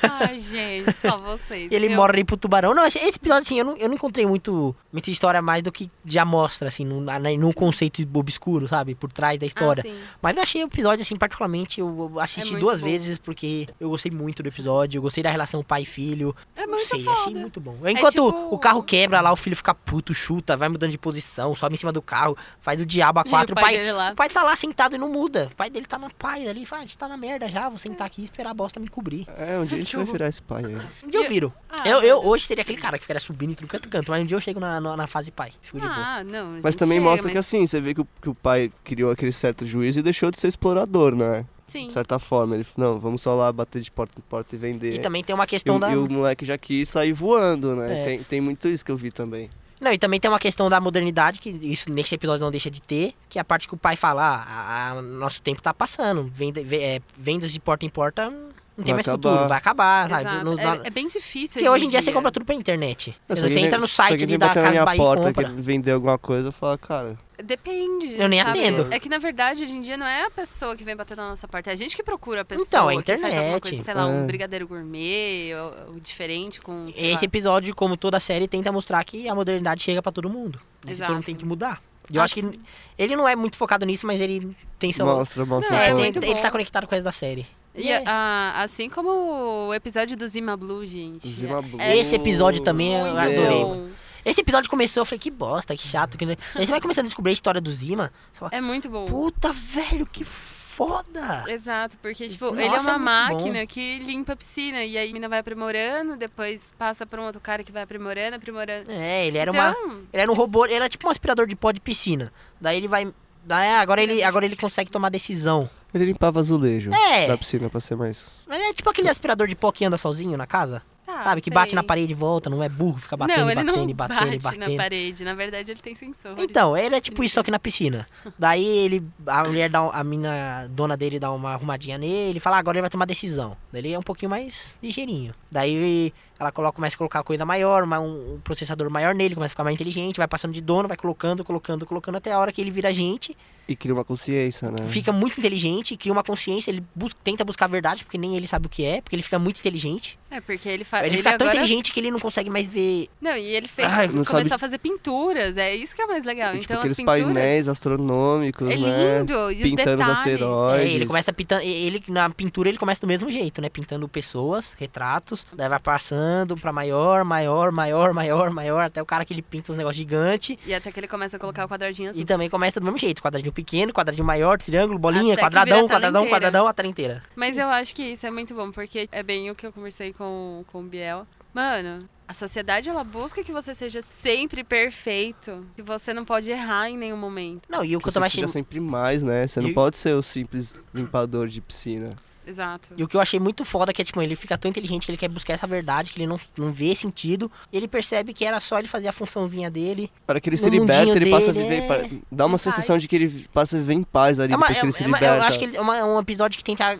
S3: Ai, gente, só vocês.
S1: E ele
S3: Eu-
S1: morre pro tubarão. Não, esse esse episódio, assim, eu não, eu não encontrei muito, muita história mais do que já mostra, assim, num, na- num conceito obscuro, sabe? Por trás da história.
S3: Ah, sim.
S1: Mas eu achei o episódio, assim, particularmente, eu eu assisti
S3: muito
S1: duas
S3: bom.
S1: vezes porque eu gostei muito do episódio, eu gostei da relação pai-filho.
S3: É
S1: Não
S3: muito
S1: sei,
S3: foda.
S1: achei muito bom. Enquanto
S3: tipo-
S1: o carro quebra lá, o filho fica puto, chuta, vai mudando de posição, sobe em cima do carro, faz o diabo a
S3: E
S1: quatro.
S3: o
S1: O
S3: pai,
S1: pai,
S3: dele lá.
S1: o pai tá lá sentado e não muda. O pai dele tá na paz ali, fala, a gente tá na merda já, vou sentar aqui e esperar a bosta me cobrir.
S2: É, um dia a gente vai virar esse pai aí.
S1: Um dia eu
S3: Eu-
S1: viro.
S3: Ah,
S1: eu, eu hoje seria aquele cara que ficaria subindo em canto canto, mas um dia eu chego na, na, na fase pai. Fico de boa.
S3: Ah, não. a
S2: Mas
S3: gente
S2: também
S3: chega,
S2: mostra que
S3: mas-
S2: assim, você vê que o, que o pai criou aquele certo juízo e deixou de ser explorador, né?
S3: Sim.
S2: De certa forma. Ele falou, não, vamos só lá bater de porta em porta e vender.
S1: E também tem uma
S2: E o-
S1: questão da.
S2: e o moleque já quis sair voando, né?
S1: É.
S2: Tem, tem muito isso que eu vi também.
S1: Não, e também tem uma questão da modernidade, que isso nesse episódio não deixa de ter, que é a parte que o pai fala, ah, a- a- nosso tempo tá passando, venda, ve- é, vendas de porta em porta não tem
S2: Vai
S1: mais
S2: acabar.
S1: futuro, vai acabar, sabe?
S3: Exato.
S1: Ah, tá, então Não- não-
S3: É, é bem difícil.
S1: Porque hoje em dia você compra tudo pela internet.
S2: Se
S1: Você
S2: alguém
S1: entra
S2: vem-
S1: no
S2: se
S1: site
S2: alguém
S1: ali
S2: vem
S1: da
S2: bater na
S1: Casa
S2: minha
S1: Bahia e
S2: porta
S1: compra.
S2: querendo vender alguma coisa, eu falo, cara,
S3: Depende.
S1: Eu nem
S3: sabe?
S1: atendo.
S3: É que na verdade hoje em dia não é a pessoa que vem bater na nossa porta, é a gente que procura a pessoa.
S1: Então, é
S3: Que faz
S1: internet.
S3: alguma
S1: hum.
S3: coisa, sei lá,
S2: É.
S3: um brigadeiro gourmet, ou- ou diferente com. sei lá.
S1: Esse episódio, como toda a série, tenta mostrar que a modernidade chega pra todo mundo. E
S3: Exato.
S1: todo mundo tem que mudar. E eu
S3: Ah,
S1: acho que
S3: sim.
S1: ele não é muito focado nisso, mas ele tem seu...
S2: mostra, mostra
S3: Não,
S1: É,
S2: um pouco.
S1: ele,
S3: muito
S1: ele
S3: bom.
S1: tá conectado com o resto da série.
S3: E
S1: Yeah.
S3: ah, assim como o episódio do Zima Blue, gente.
S2: Zima Blue.
S3: É
S1: Esse episódio também eu
S3: muito
S1: adorei.
S3: bom.
S1: Esse episódio começou, eu falei, que bosta, que chato. Que... não- Aí você vai começando a descobrir a história do Zima. Você fala,
S3: É muito bom.
S1: puta, velho, que foda.
S3: Exato, porque, tipo,
S1: Nossa,
S3: ele é uma
S1: é muito
S3: máquina que limpa a piscina. E aí a mina vai aprimorando, depois passa pra um outro cara que vai aprimorando, aprimorando.
S1: É, ele era uma...
S3: então,
S1: Ele era um robô, ele era tipo um aspirador de pó de piscina. Daí ele vai... Daí ah, agora, ele, agora ele consegue tomar decisão.
S2: Ele limpava azulejo
S1: É.
S2: da piscina pra ser mais...
S1: Mas é tipo aquele aspirador de pó que anda sozinho na casa.
S3: tá,
S1: sabe? Que bate
S3: sei.
S1: na parede e volta, não é burro, fica batendo,
S3: não, ele
S1: batendo,
S3: não
S1: batendo,
S3: bate
S1: batendo.
S3: na parede. Na verdade, ele tem sensor.
S1: Então, ele é tipo isso só que na piscina. Daí ele, a mulher dá, um- a mina, dona dele dá uma arrumadinha nele, fala, "Ah, agora ele vai tomar decisão. Daí ele é um pouquinho mais ligeirinho. Daí ela coloca, começa a colocar coisa maior, uma- um, um processador maior nele, começa a ficar mais inteligente, vai passando de dono, vai colocando, colocando, colocando, até a hora que ele vira gente,
S2: E cria uma consciência, né?
S1: fica muito inteligente, cria uma consciência, ele bus- tenta buscar a verdade, porque nem ele sabe o que é, porque ele fica muito inteligente.
S3: É, porque ele faz.
S1: Ele, fica tão
S3: agora...
S1: inteligente que ele não consegue mais ver.
S3: Não, e ele fez.
S2: Ai, não
S3: começou
S2: sabe-
S3: a fazer pinturas. É isso que é mais legal.
S2: E, tipo,
S3: então, as
S2: aqueles
S3: pinturas.
S2: painéis astronômicos,
S3: é
S2: né?
S3: lindo. E os
S2: Pintando os
S3: detalhes.
S1: É,
S2: asteroides.
S1: ele começa pintando. Ele, na pintura ele começa do mesmo jeito, né? Pintando pessoas, retratos. Daí vai passando pra maior, maior, maior, maior, maior. Até o cara que ele pinta uns negócios gigantes.
S3: É. E até que ele começa a colocar o quadradinho assim.
S1: E também começa do mesmo jeito: quadradinho pequeno, quadradinho maior, triângulo, bolinha,
S3: Até que vira
S1: quadradão,
S3: a tela
S1: quadradão,
S3: inteira.
S1: quadradão, a tela
S2: Então.
S1: inteira.
S3: Mas eu acho que isso é muito bom, porque é bem o que eu conversei com, com o Biel. Mano, A sociedade, ela busca que você seja sempre perfeito. Que você não pode errar em nenhum momento.
S1: Não, e o que, eu
S2: Você
S1: tava
S2: seja
S1: achando.
S2: sempre mais, né? Você
S1: um- E-
S2: não pode ser o simples limpador de piscina.
S3: Exato.
S1: E o que eu achei muito foda é que, tipo, ele fica tão inteligente que ele quer buscar essa verdade, que ele não, não vê sentido. E ele percebe que era só ele fazer a funçãozinha dele.
S2: Para que ele
S1: No
S2: se liberta,
S1: mundinho
S2: ele passa a
S1: dele,
S2: viver. em pa- Dá
S3: em
S2: uma sensação
S3: paz.
S2: de que ele passa a viver em paz ali,
S1: É uma-
S2: depois
S1: é-
S2: que ele se
S1: é uma-
S2: liberta.
S1: eu acho que ele- é, uma- é um episódio que tenta a-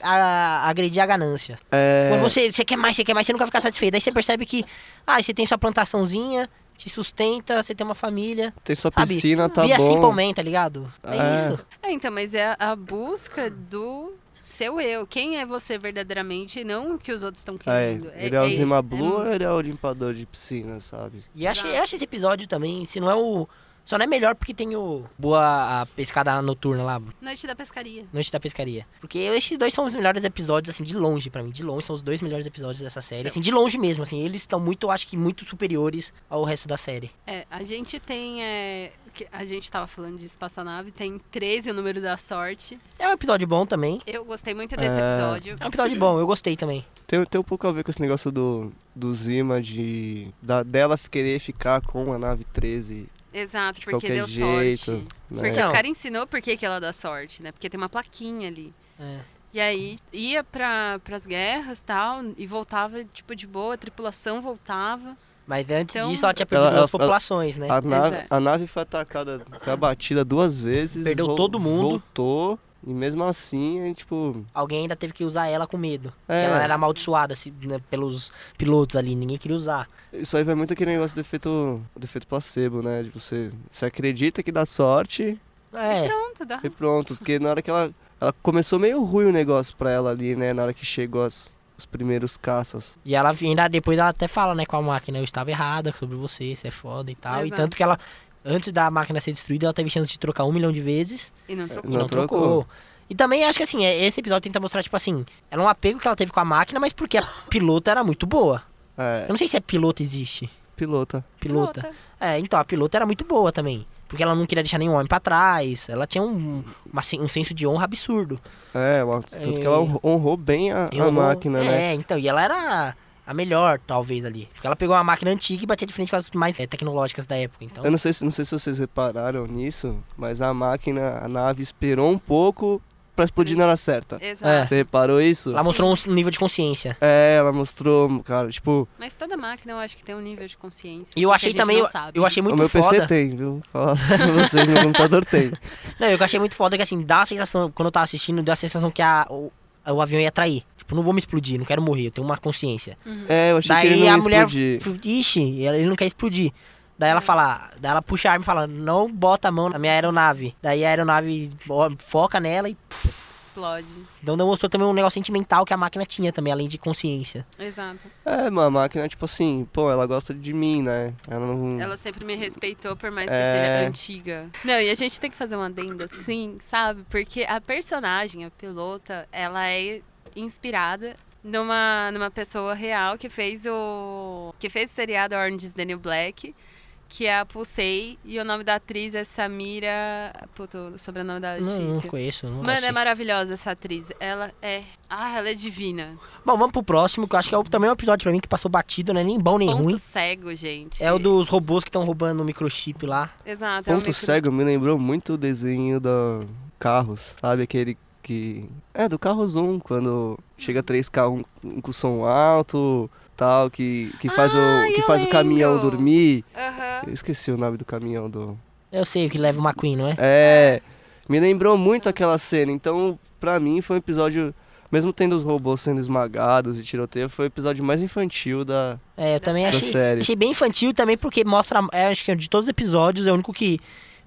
S1: a- agredir a ganância.
S2: É,
S1: Quando você, você quer mais, você quer mais, você nunca fica satisfeito. Aí você percebe que, ah, você tem sua plantaçãozinha, te sustenta, você tem uma família.
S2: Tem sua
S1: sabe,
S2: piscina, tá
S1: e assim
S2: bom.
S1: Simpleman, tá ligado? É,
S2: É.
S1: isso.
S3: É, então, mas é a, a busca do seu eu. Quem é você verdadeiramente e não o que os outros estão
S2: É,
S3: querendo.
S2: ele é o Zima Blue
S3: é-
S2: ou ele é o limpador de piscina, sabe?
S1: E eu achei,
S3: Exato.
S1: eu achei esse episódio também, se não é o. Só não é melhor porque tem o. Boa a pescada noturna lá,
S3: Noite da pescaria.
S1: Noite da Pescaria. Porque esses dois são os melhores episódios, assim, de longe pra mim. De longe, são os dois melhores episódios dessa série. Assim, de longe mesmo, assim. Eles estão muito, acho que, muito superiores ao resto da série.
S3: É, a gente tem. é, que- a gente tava falando de espaçonave, tem 13 o número da sorte.
S1: É um episódio bom também.
S3: Eu gostei muito desse
S2: É.
S3: episódio.
S1: É um episódio bom, eu gostei também.
S2: Tem, tem um pouco a ver com esse negócio do, do Zima, de, da, dela querer ficar com a nave 13,
S3: Exato,
S2: de
S3: porque
S2: qualquer
S3: deu
S2: jeito.
S3: sorte.
S2: né?
S3: Porque
S1: Não.
S3: o cara ensinou por que, que ela dá sorte, né? Porque tem uma plaquinha ali.
S1: É.
S3: E aí ia pra, pras guerras e tal, e voltava, tipo, de boa, a tripulação voltava.
S1: Mas antes
S3: Então-
S1: disso, ela tinha perdido
S2: Ela- ela-
S1: as populações, né?
S2: A, nave,
S3: é.
S2: a nave foi atacada, foi abatida duas vezes.
S1: Perdeu todo mundo.
S2: Voltou. E mesmo assim, aí, tipo.
S1: Alguém ainda teve que usar ela com medo.
S2: É,
S1: Ela era amaldiçoada assim, né, pelos pilotos ali, ninguém queria usar.
S2: Isso aí vai muito aquele negócio do efeito, do efeito placebo, né? De você, você acredita que dá sorte
S1: É,
S3: Pronto, dá.
S2: e pronto. Porque na hora que ela. Ela começou meio ruim o negócio pra ela ali, né? Na hora que chegou as, os primeiros caças.
S1: e ela ainda depois ela até fala, né, com a máquina, eu estava errada sobre você, você é foda e tal. E
S3: Exato.
S1: tanto que ela, antes da máquina ser destruída, ela teve chance de trocar um milhão de vezes.
S3: E não trocou.
S1: E
S2: Não
S1: não trocou.
S2: trocou.
S1: E também acho que assim, é- esse episódio tenta mostrar, tipo assim, era um apego que ela teve com a máquina, mas porque a pilota era muito boa.
S2: É,
S1: Eu não sei se é pilota existe.
S2: pilota.
S1: Pilota. É, então, a pilota era muito boa também. Porque ela não queria deixar nenhum homem pra trás. Ela tinha um, uma sen- um senso de honra absurdo.
S2: É, ela- tanto que ela honrou- honrou bem a, a
S1: E honrou-
S2: máquina, né?
S1: É, então, e ela era a melhor, talvez, ali. Porque ela pegou uma máquina antiga e batia de frente com as mais é, tecnológicas da época. Então,
S2: Eu não sei, se, não sei se vocês repararam nisso, mas a máquina, a nave esperou um pouco pra explodir na hora certa.
S1: É.
S3: Exato.
S2: Você reparou isso?
S1: ela mostrou um nível de consciência.
S2: É, ela mostrou, cara, tipo,
S3: Mas toda máquina eu acho que tem um nível de consciência. assim,
S1: E eu
S3: que
S1: achei
S3: a gente
S1: também,
S3: não
S1: eu,
S3: sabe.
S1: eu achei muito
S2: o meu
S1: foda.
S2: PC tem, viu? Falar pra vocês, meu computador tem.
S1: Não, eu achei muito foda que assim, dá a sensação, quando eu tava assistindo, deu a sensação que a, o, o avião ia trair. Tipo, não vou me explodir, não quero morrer, eu tenho uma consciência.
S2: É, eu achei
S1: Daí
S2: que ele não
S1: a
S2: ia
S1: mulher-
S2: explodir.
S1: Tipo, Ixi, ela- ele não quer explodir. Daí ela fala, daí ela puxa a arma e fala, não bota a mão na minha aeronave. Daí a aeronave ó, foca nela e.
S3: Explode.
S1: Então demonstrou também um negócio sentimental que a máquina tinha também, além de consciência.
S3: Exato.
S2: É, mano, a máquina, tipo assim, pô, ela gosta de mim, né? Ela não...
S3: Ela sempre me respeitou, por mais que eu
S2: É.
S3: seja antiga. Não, e a gente tem que fazer um adendo assim, sabe? Porque a personagem, a pilota, ela é inspirada numa, numa pessoa real que fez o. que fez o seriado Orange is the New Black. Que é a Pulsei, e o nome da atriz é Samira. Puta, o sobrenome dela é
S1: Não, não
S3: difícil.
S1: conheço, não
S3: Mano,
S1: sei.
S3: é maravilhosa essa atriz. Ela é. Ah, ela é divina.
S1: Bom, vamos pro próximo, que eu acho que é o- também é um episódio pra mim que passou batido, né? Nem bom nem
S3: Ponto
S1: ruim.
S3: cego, gente.
S1: É o dos robôs que estão roubando o microchip lá.
S3: Exato. é um
S2: Ponto
S3: micro-
S2: Cego me lembrou muito o desenho do Carros, sabe? Aquele que... É, do Carros 1, quando
S3: Hum.
S2: chega três carros um, um com som alto, tal, que, que faz,
S3: Ah,
S2: o, que
S3: eu
S2: faz o caminhão
S3: lembro.
S2: dormir.
S3: Aham.
S2: Eu esqueci o nome do caminhão do...
S1: Eu sei o que leva o McQueen, não é?
S2: É, me lembrou muito aquela cena. Então, pra mim, foi um episódio... Mesmo tendo os robôs sendo esmagados e tiroteio, foi o episódio mais infantil da,
S1: É, eu
S3: Da
S1: também
S2: da
S1: achei.
S2: série.
S1: Achei bem infantil também, porque mostra. é, acho que de todos os episódios é o único que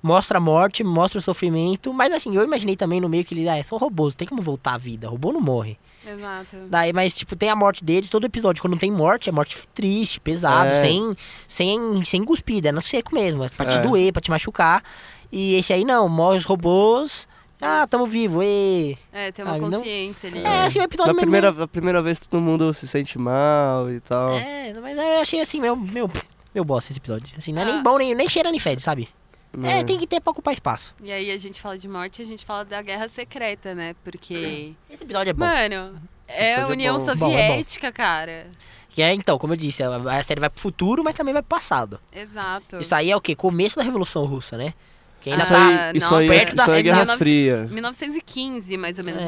S1: mostra a morte, mostra o sofrimento. Mas assim, eu imaginei também no meio que ele. Ah, são robôs, tem como voltar à vida. Robô não morre.
S3: Exato.
S1: Daí, mas, tipo, tem a morte deles, todo episódio. Quando não tem morte, é morte triste, pesado,
S2: É.
S1: sem, sem, sem cuspida, é no seco mesmo. É pra te
S2: É.
S1: doer, pra te machucar. E esse aí não, morre os robôs. Ah, tamo vivo, e
S3: É, tem uma
S1: Sabe, não-
S3: consciência ali.
S1: É, acho que o episódio
S2: Da
S1: mesmo-
S2: primeira, da primeira vez todo mundo se sente mal e tal.
S1: É, mas eu achei assim, meu. meu... Meu bosta esse episódio. Assim, não é
S3: Ah.
S1: nem bom, nem, nem cheira, nem fede, sabe?
S2: né?
S1: é, tem que ter pra ocupar espaço.
S3: E aí a gente fala de morte, a gente fala da guerra secreta, né? Porque.
S1: Esse episódio é bom.
S3: Mano, É a
S2: seja
S3: União
S2: bom.
S1: Bom, é
S3: Soviética, cara.
S1: Que é, então, como eu disse, a, a série vai pro futuro, mas também vai pro passado.
S3: Exato.
S1: Isso aí é o quê? Começo da Revolução Russa, né? Que ainda
S3: Ah,
S2: Isso
S1: tá...
S2: aí, isso aí,
S1: perto
S2: é,
S1: da
S2: isso aí é
S1: Guerra
S2: Guerra
S3: 19
S2: Fria.
S3: 1915, mais ou menos.
S1: É.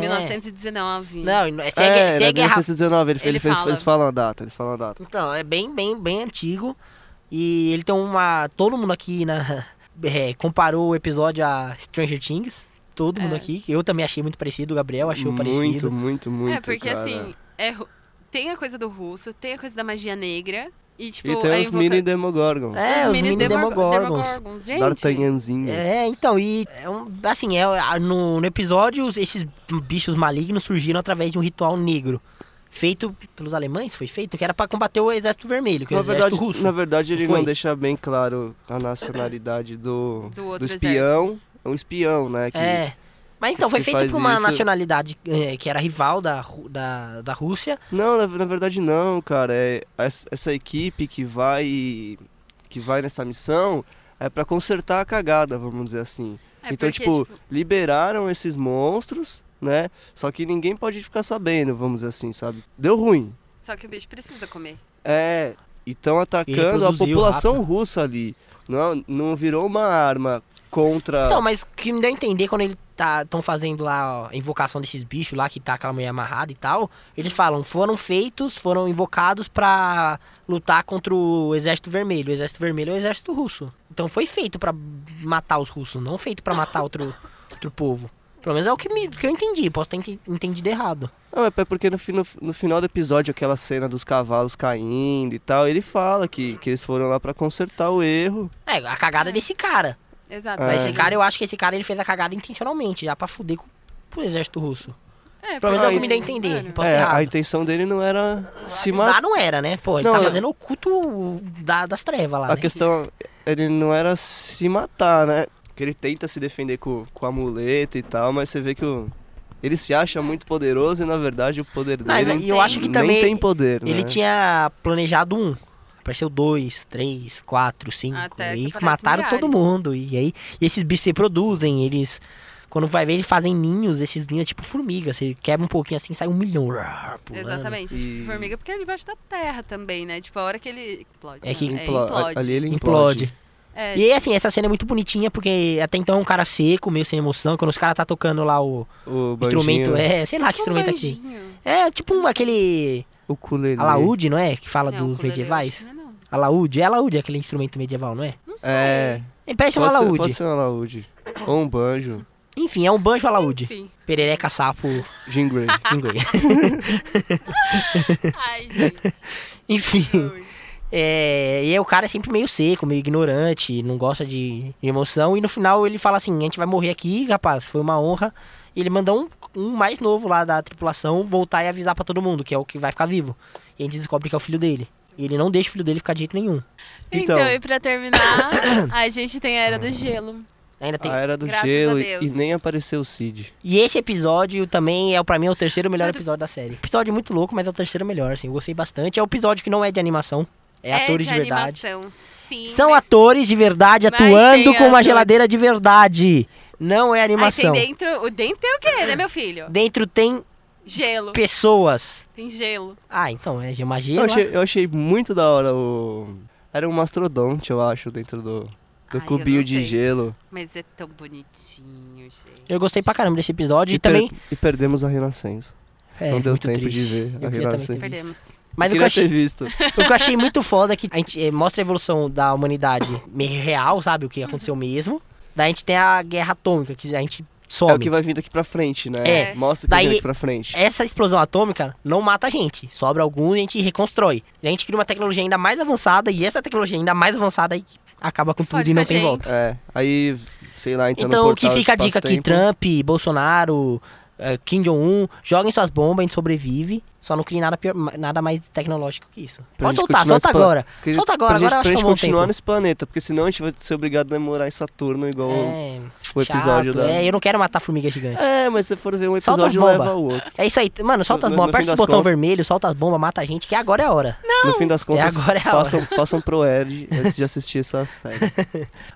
S3: 1919.
S1: Não, não, se é,
S2: É,
S1: se
S2: era
S1: é guerra
S2: 1919, ele,
S3: Ele
S2: ele fez,
S3: fala.
S2: eles falam a data, eles falam a data.
S1: Então, é bem, bem, bem antigo. E ele tem uma. Todo mundo aqui na. é, comparou o episódio a Stranger Things. Todo mundo
S3: É.
S1: aqui. Eu também achei muito parecido, o Gabriel achou
S2: muito,
S1: parecido.
S2: muito, muito,
S3: é, porque
S2: cara.
S3: assim, é ru- tem a coisa do russo, tem a coisa da magia negra. E, tipo,
S2: E tem
S3: a
S2: os
S3: invoca-
S2: mini Demogorgons.
S1: É, os
S3: minis
S1: mini
S3: Demog-
S1: Demogorgons.
S3: Demogorgons, gente.
S2: D'Artagnanzinhos.
S1: É, então, e é um- assim, é, a- no, no episódio, os- esses bichos malignos surgiram através de um ritual negro. Feito pelos alemães, foi feito, que era pra combater o exército vermelho, que é o
S2: Na
S1: exército
S2: verdade,
S1: russo.
S2: na verdade, ele
S1: Foi.
S2: não deixa bem claro a nacionalidade do,
S3: Do outro
S2: espião. É um espião, né? Que
S1: É. Mas então, foi
S2: que
S1: feito
S2: faz
S1: por uma
S2: isso-
S1: nacionalidade eh, que era rival da, Ru- da, da Rússia.
S2: Não, na, na verdade não, cara. É, essa essa equipe que vai que vai nessa missão é pra consertar a cagada, vamos dizer assim.
S3: É
S2: então,
S3: porque,
S2: tipo, liberaram esses monstros, né? Só que ninguém pode ficar sabendo, vamos dizer assim, sabe? Deu ruim.
S3: Só que o bicho precisa comer.
S2: É, então atacando a
S1: reproduziu
S2: população
S1: rápido.
S2: russa ali. Não, não virou uma arma contra
S1: Então, mas o que me deu a entender quando eles tá, tão fazendo lá ó, a invocação desses bichos lá, que tá aquela mulher amarrada e tal, eles falam, foram feitos, foram invocados pra lutar contra o exército vermelho. O exército vermelho é o exército russo. Então foi feito pra matar os russos, não feito pra matar outro, outro povo. Pelo menos é o que, me, que eu entendi, posso ter ente- entendido errado.
S2: Não, é porque no, fi- no, no final do episódio, aquela cena dos cavalos caindo e tal, ele fala que, que eles foram lá pra consertar o erro.
S1: É, a cagada
S3: É.
S1: desse cara.
S3: Exato.
S2: É.
S1: Mas esse cara, eu acho que esse cara ele fez a cagada intencionalmente, já pra fuder com, com o exército russo.
S3: É,
S1: Pelo menos é o
S2: que
S1: me dá a entender.
S3: Mano,
S1: Posso
S2: é,
S1: ter errado.
S2: a intenção dele não era se
S1: Lá
S2: matar.
S1: não era, né? Pô, ele
S2: Não,
S1: tá
S2: eu- É
S1: fazendo o culto da- das trevas lá.
S2: A
S1: né?
S2: questão, ele não era se matar, né? Porque ele tenta se defender com, com o amuleto e tal, mas você vê que o, ele se acha muito poderoso e na verdade o poder
S1: Ah,
S2: dele
S1: e eu acho que
S2: nem
S1: também
S2: tem poder,
S1: Ele
S2: né?
S1: tinha planejado um. Apareceu dois, três, quatro, cinco.
S3: Até que
S1: e
S3: aparece
S1: mataram
S3: milhares.
S1: todo mundo. E aí, e esses bichos se reproduzem, eles. Quando vai ver, eles fazem ninhos, esses ninhos é tipo formiga. Você quebra um pouquinho assim, sai um milhão. rá, pulando.
S3: Exatamente.
S2: E-
S3: Tipo, formiga, porque é debaixo da terra também, né? Tipo, a hora que ele explode.
S1: É que
S3: né?
S2: Implo-
S3: implode.
S2: Ali ele implode.
S1: Implode.
S3: É,
S1: E aí, assim, essa cena é muito bonitinha, porque até então é um cara seco, meio sem emoção. Quando os caras tá tocando lá o
S2: O
S1: instrumento,
S2: é...
S1: é, sei lá que
S3: tipo um
S1: instrumento é aqui.
S3: banjinho.
S1: É tipo um, aquele
S2: O culele.
S1: alaúde, não é? Que fala
S3: Não,
S1: dos
S3: ukulele, acho
S1: medievais.
S3: que Não, é, não.
S1: Alaúde, é alaúde aquele instrumento medieval, não é?
S3: Não sei.
S2: É,
S1: É, Parece um
S2: pode ser-
S1: alaúde.
S2: Pode ser um alaúde. Ou um banjo.
S1: Enfim, é um banjo alaúde.
S3: Enfim.
S1: Perereca, sapo,
S2: Jean Grey.
S1: jingle.
S3: Ai, gente.
S1: Enfim, é, e aí o cara é sempre meio seco, meio ignorante, não gosta de emoção. E no final ele fala assim, a gente vai morrer aqui, rapaz, foi uma honra. E ele manda um, um mais novo lá da tripulação voltar e avisar pra todo mundo, que é o que vai ficar vivo. E a gente descobre que é o filho dele. E ele não deixa o filho dele ficar de jeito nenhum.
S3: Então,
S2: Então.
S3: e pra terminar, a gente tem a Era do Gelo.
S1: Ainda tem...
S2: A Era do
S3: Graças
S2: Gelo
S3: a
S2: e-
S3: Deus.
S2: e nem apareceu o Cid.
S1: E esse episódio também é, pra mim, é o terceiro melhor
S3: Meu Deus.
S1: episódio da série. Episódio muito louco, mas é o terceiro melhor, assim. Eu gostei bastante. É o episódio que não é de animação. É, atores de, verdade.
S3: animação, sim.
S1: São
S3: mas-
S1: atores de verdade
S3: Mas
S1: atuando
S3: tem
S1: com uma
S3: ator.
S1: geladeira de verdade. Não é
S3: Aí tem
S1: animação.
S3: dentro... O dentro tem o quê, né, meu filho?
S1: Dentro tem
S3: Gelo.
S1: pessoas.
S3: Tem gelo.
S1: Ah, então, é de magia.
S2: Eu
S1: lá.
S2: achei, eu achei muito da hora o. Era um mastrodonte, eu acho, dentro do,
S3: Ai,
S2: do
S3: eu não
S2: cubinho de
S3: sei.
S2: gelo.
S3: Mas é tão bonitinho, gente.
S1: Eu gostei pra caramba desse episódio. E,
S2: E, per-
S1: também.
S2: e perdemos a Renascença.
S1: É,
S2: não deu
S1: muito
S2: tempo
S1: triste.
S2: de ver a
S1: Eu queria também
S2: relação.
S1: ter visto.
S3: Perdemos.
S1: Mas o que, eu achei,
S2: Queria ter visto.
S1: o que eu achei muito foda é que a gente eh, mostra a evolução da humanidade meio real, sabe? O que aconteceu mesmo. Daí a gente tem a guerra atômica, que a gente some.
S2: É o que vai vir daqui pra frente, né?
S3: É.
S2: Mostra o que
S1: Daí- é.
S2: vem daqui pra frente.
S1: Essa explosão atômica não mata a gente, sobra alguns e a gente reconstrói. E a gente cria uma tecnologia ainda mais avançada e essa tecnologia ainda mais avançada aí acaba com tudo
S3: Fode
S1: e não
S3: com a
S1: tem
S3: gente.
S1: volta.
S2: É. Aí, sei lá, então.
S1: Então, o que fica a dica aqui, Trump, Bolsonaro, eh, Kim Jong-un, joguem suas bombas, a gente sobrevive. Só não crie nada, pior- ma- nada mais tecnológico que isso.
S2: Pra
S1: Pode
S2: gente
S1: soltar,
S2: continuar
S1: solta
S2: esse pla-
S1: agora.
S2: Que-
S1: Solta agora,
S2: pra
S1: agora
S2: gente,
S1: eu acho
S2: pra
S1: que é
S2: gente
S1: um bom
S2: continuar
S1: tempo.
S2: nesse planeta, porque senão a gente vai ser obrigado a morar em Saturno, igual
S1: É,
S2: o episódio
S1: chato.
S2: da.
S1: É, eu não quero matar formiga gigante.
S2: É, mas se for ver um
S1: Solta
S2: episódio,
S1: as
S2: leva
S1: bomba.
S2: ao outro.
S1: É isso aí, mano, solta as
S2: No-
S1: bombas,
S2: no fim
S1: aperta o
S2: das
S1: botão
S2: contas-
S1: vermelho, solta as bombas, mata a gente, que agora é a hora.
S2: No fim das contas,
S1: agora é a hora.
S2: façam, façam pro Ed antes de assistir essa série.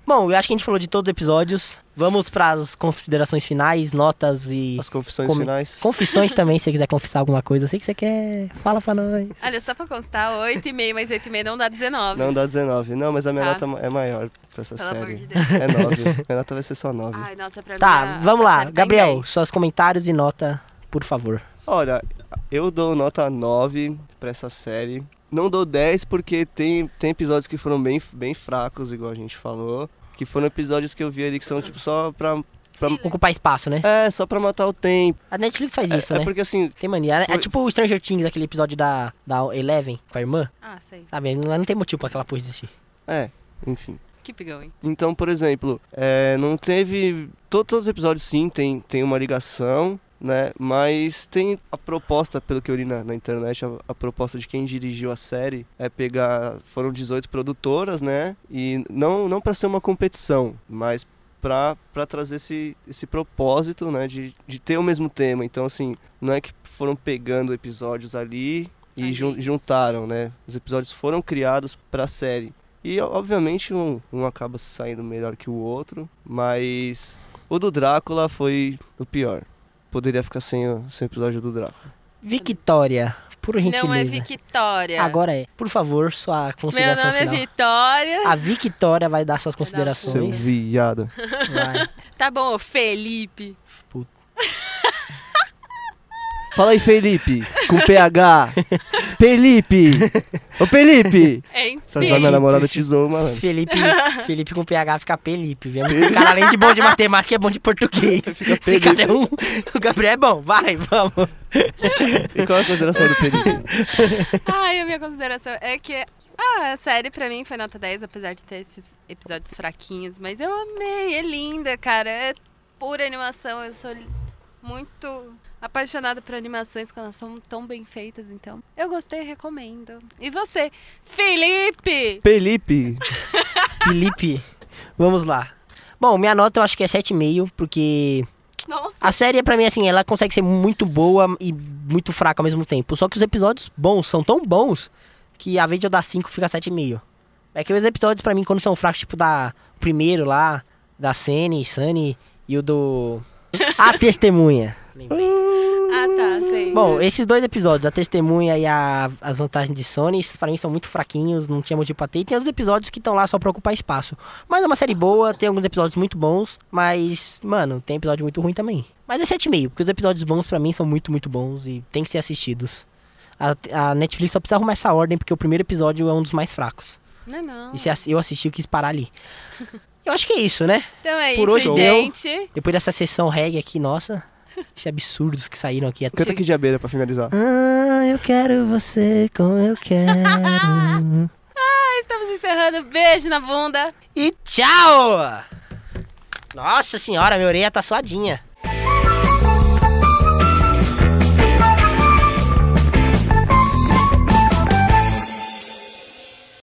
S1: Bom, eu acho que a gente falou de todos os episódios. Vamos pras considerações finais, notas e
S2: As confissões
S1: Como-
S2: finais.
S1: confissões também, se você quiser confessar alguma coisa. Eu sei que você quer, fala pra nós.
S3: Olha, só pra constar, 8,5, mas 8,5 não dá 19.
S2: Não dá 19. Não, mas a minha
S3: Tá.
S2: nota é maior pra essa
S3: Pelo amor
S2: série.
S3: de Deus.
S2: É 9. Minha nota vai ser só 9.
S3: Ai, nossa, pra mim.
S1: Tá,
S3: a-
S1: vamos
S3: a
S1: lá.
S3: série tá em
S1: Gabriel,
S3: 10.
S1: seus comentários e nota, por favor.
S2: Olha, eu dou nota 9 pra essa série. Não dou 10 porque tem, tem episódios que foram bem, bem fracos, igual a gente falou. Que foram episódios que eu vi ali que são tipo só pra. pra
S1: Ocupar espaço, né?
S2: é, só pra matar o tempo.
S1: A Netflix faz
S2: É-
S1: isso,
S2: é,
S1: né?
S2: porque assim,
S1: Tem mania. É,
S2: Foi-
S1: tipo o Stranger Things, aquele episódio da, da Eleven com a irmã.
S3: Ah, sei.
S1: Sabe? Ela não tem motivo pra aquela porra existir.
S2: é, enfim.
S3: Keep going.
S2: Então, por exemplo, é, não teve. to- todos os episódios sim tem, tem uma ligação, né? Mas tem a proposta, pelo que eu li na, na internet, a, a proposta de quem dirigiu a série é pegar. Foram 18 produtoras, né? E não, não para ser uma competição, mas pra pra trazer esse, esse propósito, né? De, de ter o mesmo tema. Então, assim, não é que foram pegando episódios ali e
S3: Ai,
S2: jun-
S3: gente.
S2: juntaram, né? Os episódios foram criados pra série. E ó, obviamente um, um acaba saindo melhor que o outro, mas o do Drácula foi o pior. Poderia ficar sem o, sem o episódio do Drácula.
S1: Victória, por gentileza.
S3: Não é Victória.
S1: né? Agora é. Por favor, sua
S3: Meu
S1: consideração
S3: nome é
S1: final.
S3: Vitória.
S1: A Victória vai dar suas
S3: Vai dar sua.
S2: Seu
S1: considerações.
S2: viado.
S1: Vai.
S3: Tá bom, ô Felipe.
S2: Fala aí, Felipe, com PH. Felipe! Ô, Felipe!
S3: Hein?
S2: Só já minha
S1: Felipe.
S2: namorada te zoou, mano.
S1: Felipe, Felipe com PH fica Felipe. Viu? O cara, além de bom de matemática, é bom de português. Esse cara é um. O Gabriel é bom. Vai, vamos.
S2: E qual é a consideração do Felipe?
S3: Ai, a minha consideração é que ah, a série pra mim foi nota 10, apesar de ter esses episódios fraquinhos, mas eu amei, é linda, cara, é pura animação, eu sou li- muito apaixonada por animações quando elas são tão bem feitas, então eu gostei, recomendo. E você, Felipe?
S2: Felipe!
S1: Felipe, vamos lá. Bom, minha nota eu acho que é 7,5, porque
S3: Nossa,
S1: A série, pra mim, assim, ela consegue ser muito boa e muito fraca ao mesmo tempo. Só que os episódios bons são tão bons que a vez de eu dar 5 fica 7,5. É que os episódios, pra mim, quando são fracos, tipo da o primeiro lá, da Sunny, Sunny e o do. A Testemunha.
S3: ah tá, sei.
S1: Bom, esses dois episódios, a Testemunha e a, as Vantagens de Sony, esses pra mim são muito fraquinhos, não tinha motivo pra ter. E tem os episódios que estão lá só pra ocupar espaço. Mas é uma série boa, tem alguns episódios muito bons, mas, mano, tem episódio muito ruim também. Mas é 7,5, porque os episódios bons pra mim são muito, muito bons e tem que ser assistidos. A, a Netflix só precisa arrumar essa ordem, porque o primeiro episódio é um dos mais fracos.
S3: não, é não.
S1: E se ass- eu assisti, eu quis parar ali. Eu acho que é isso, né?
S3: Então é
S1: por hoje
S3: isso,
S1: eu-
S3: gente.
S1: Depois dessa sessão reggae aqui, nossa, esses absurdos que saíram aqui.
S2: Canta aqui de abelha pra finalizar.
S1: Ah, eu quero você como eu quero.
S3: Estamos encerrando. Beijo na bunda.
S1: e tchau! Nossa senhora, minha orelha tá suadinha.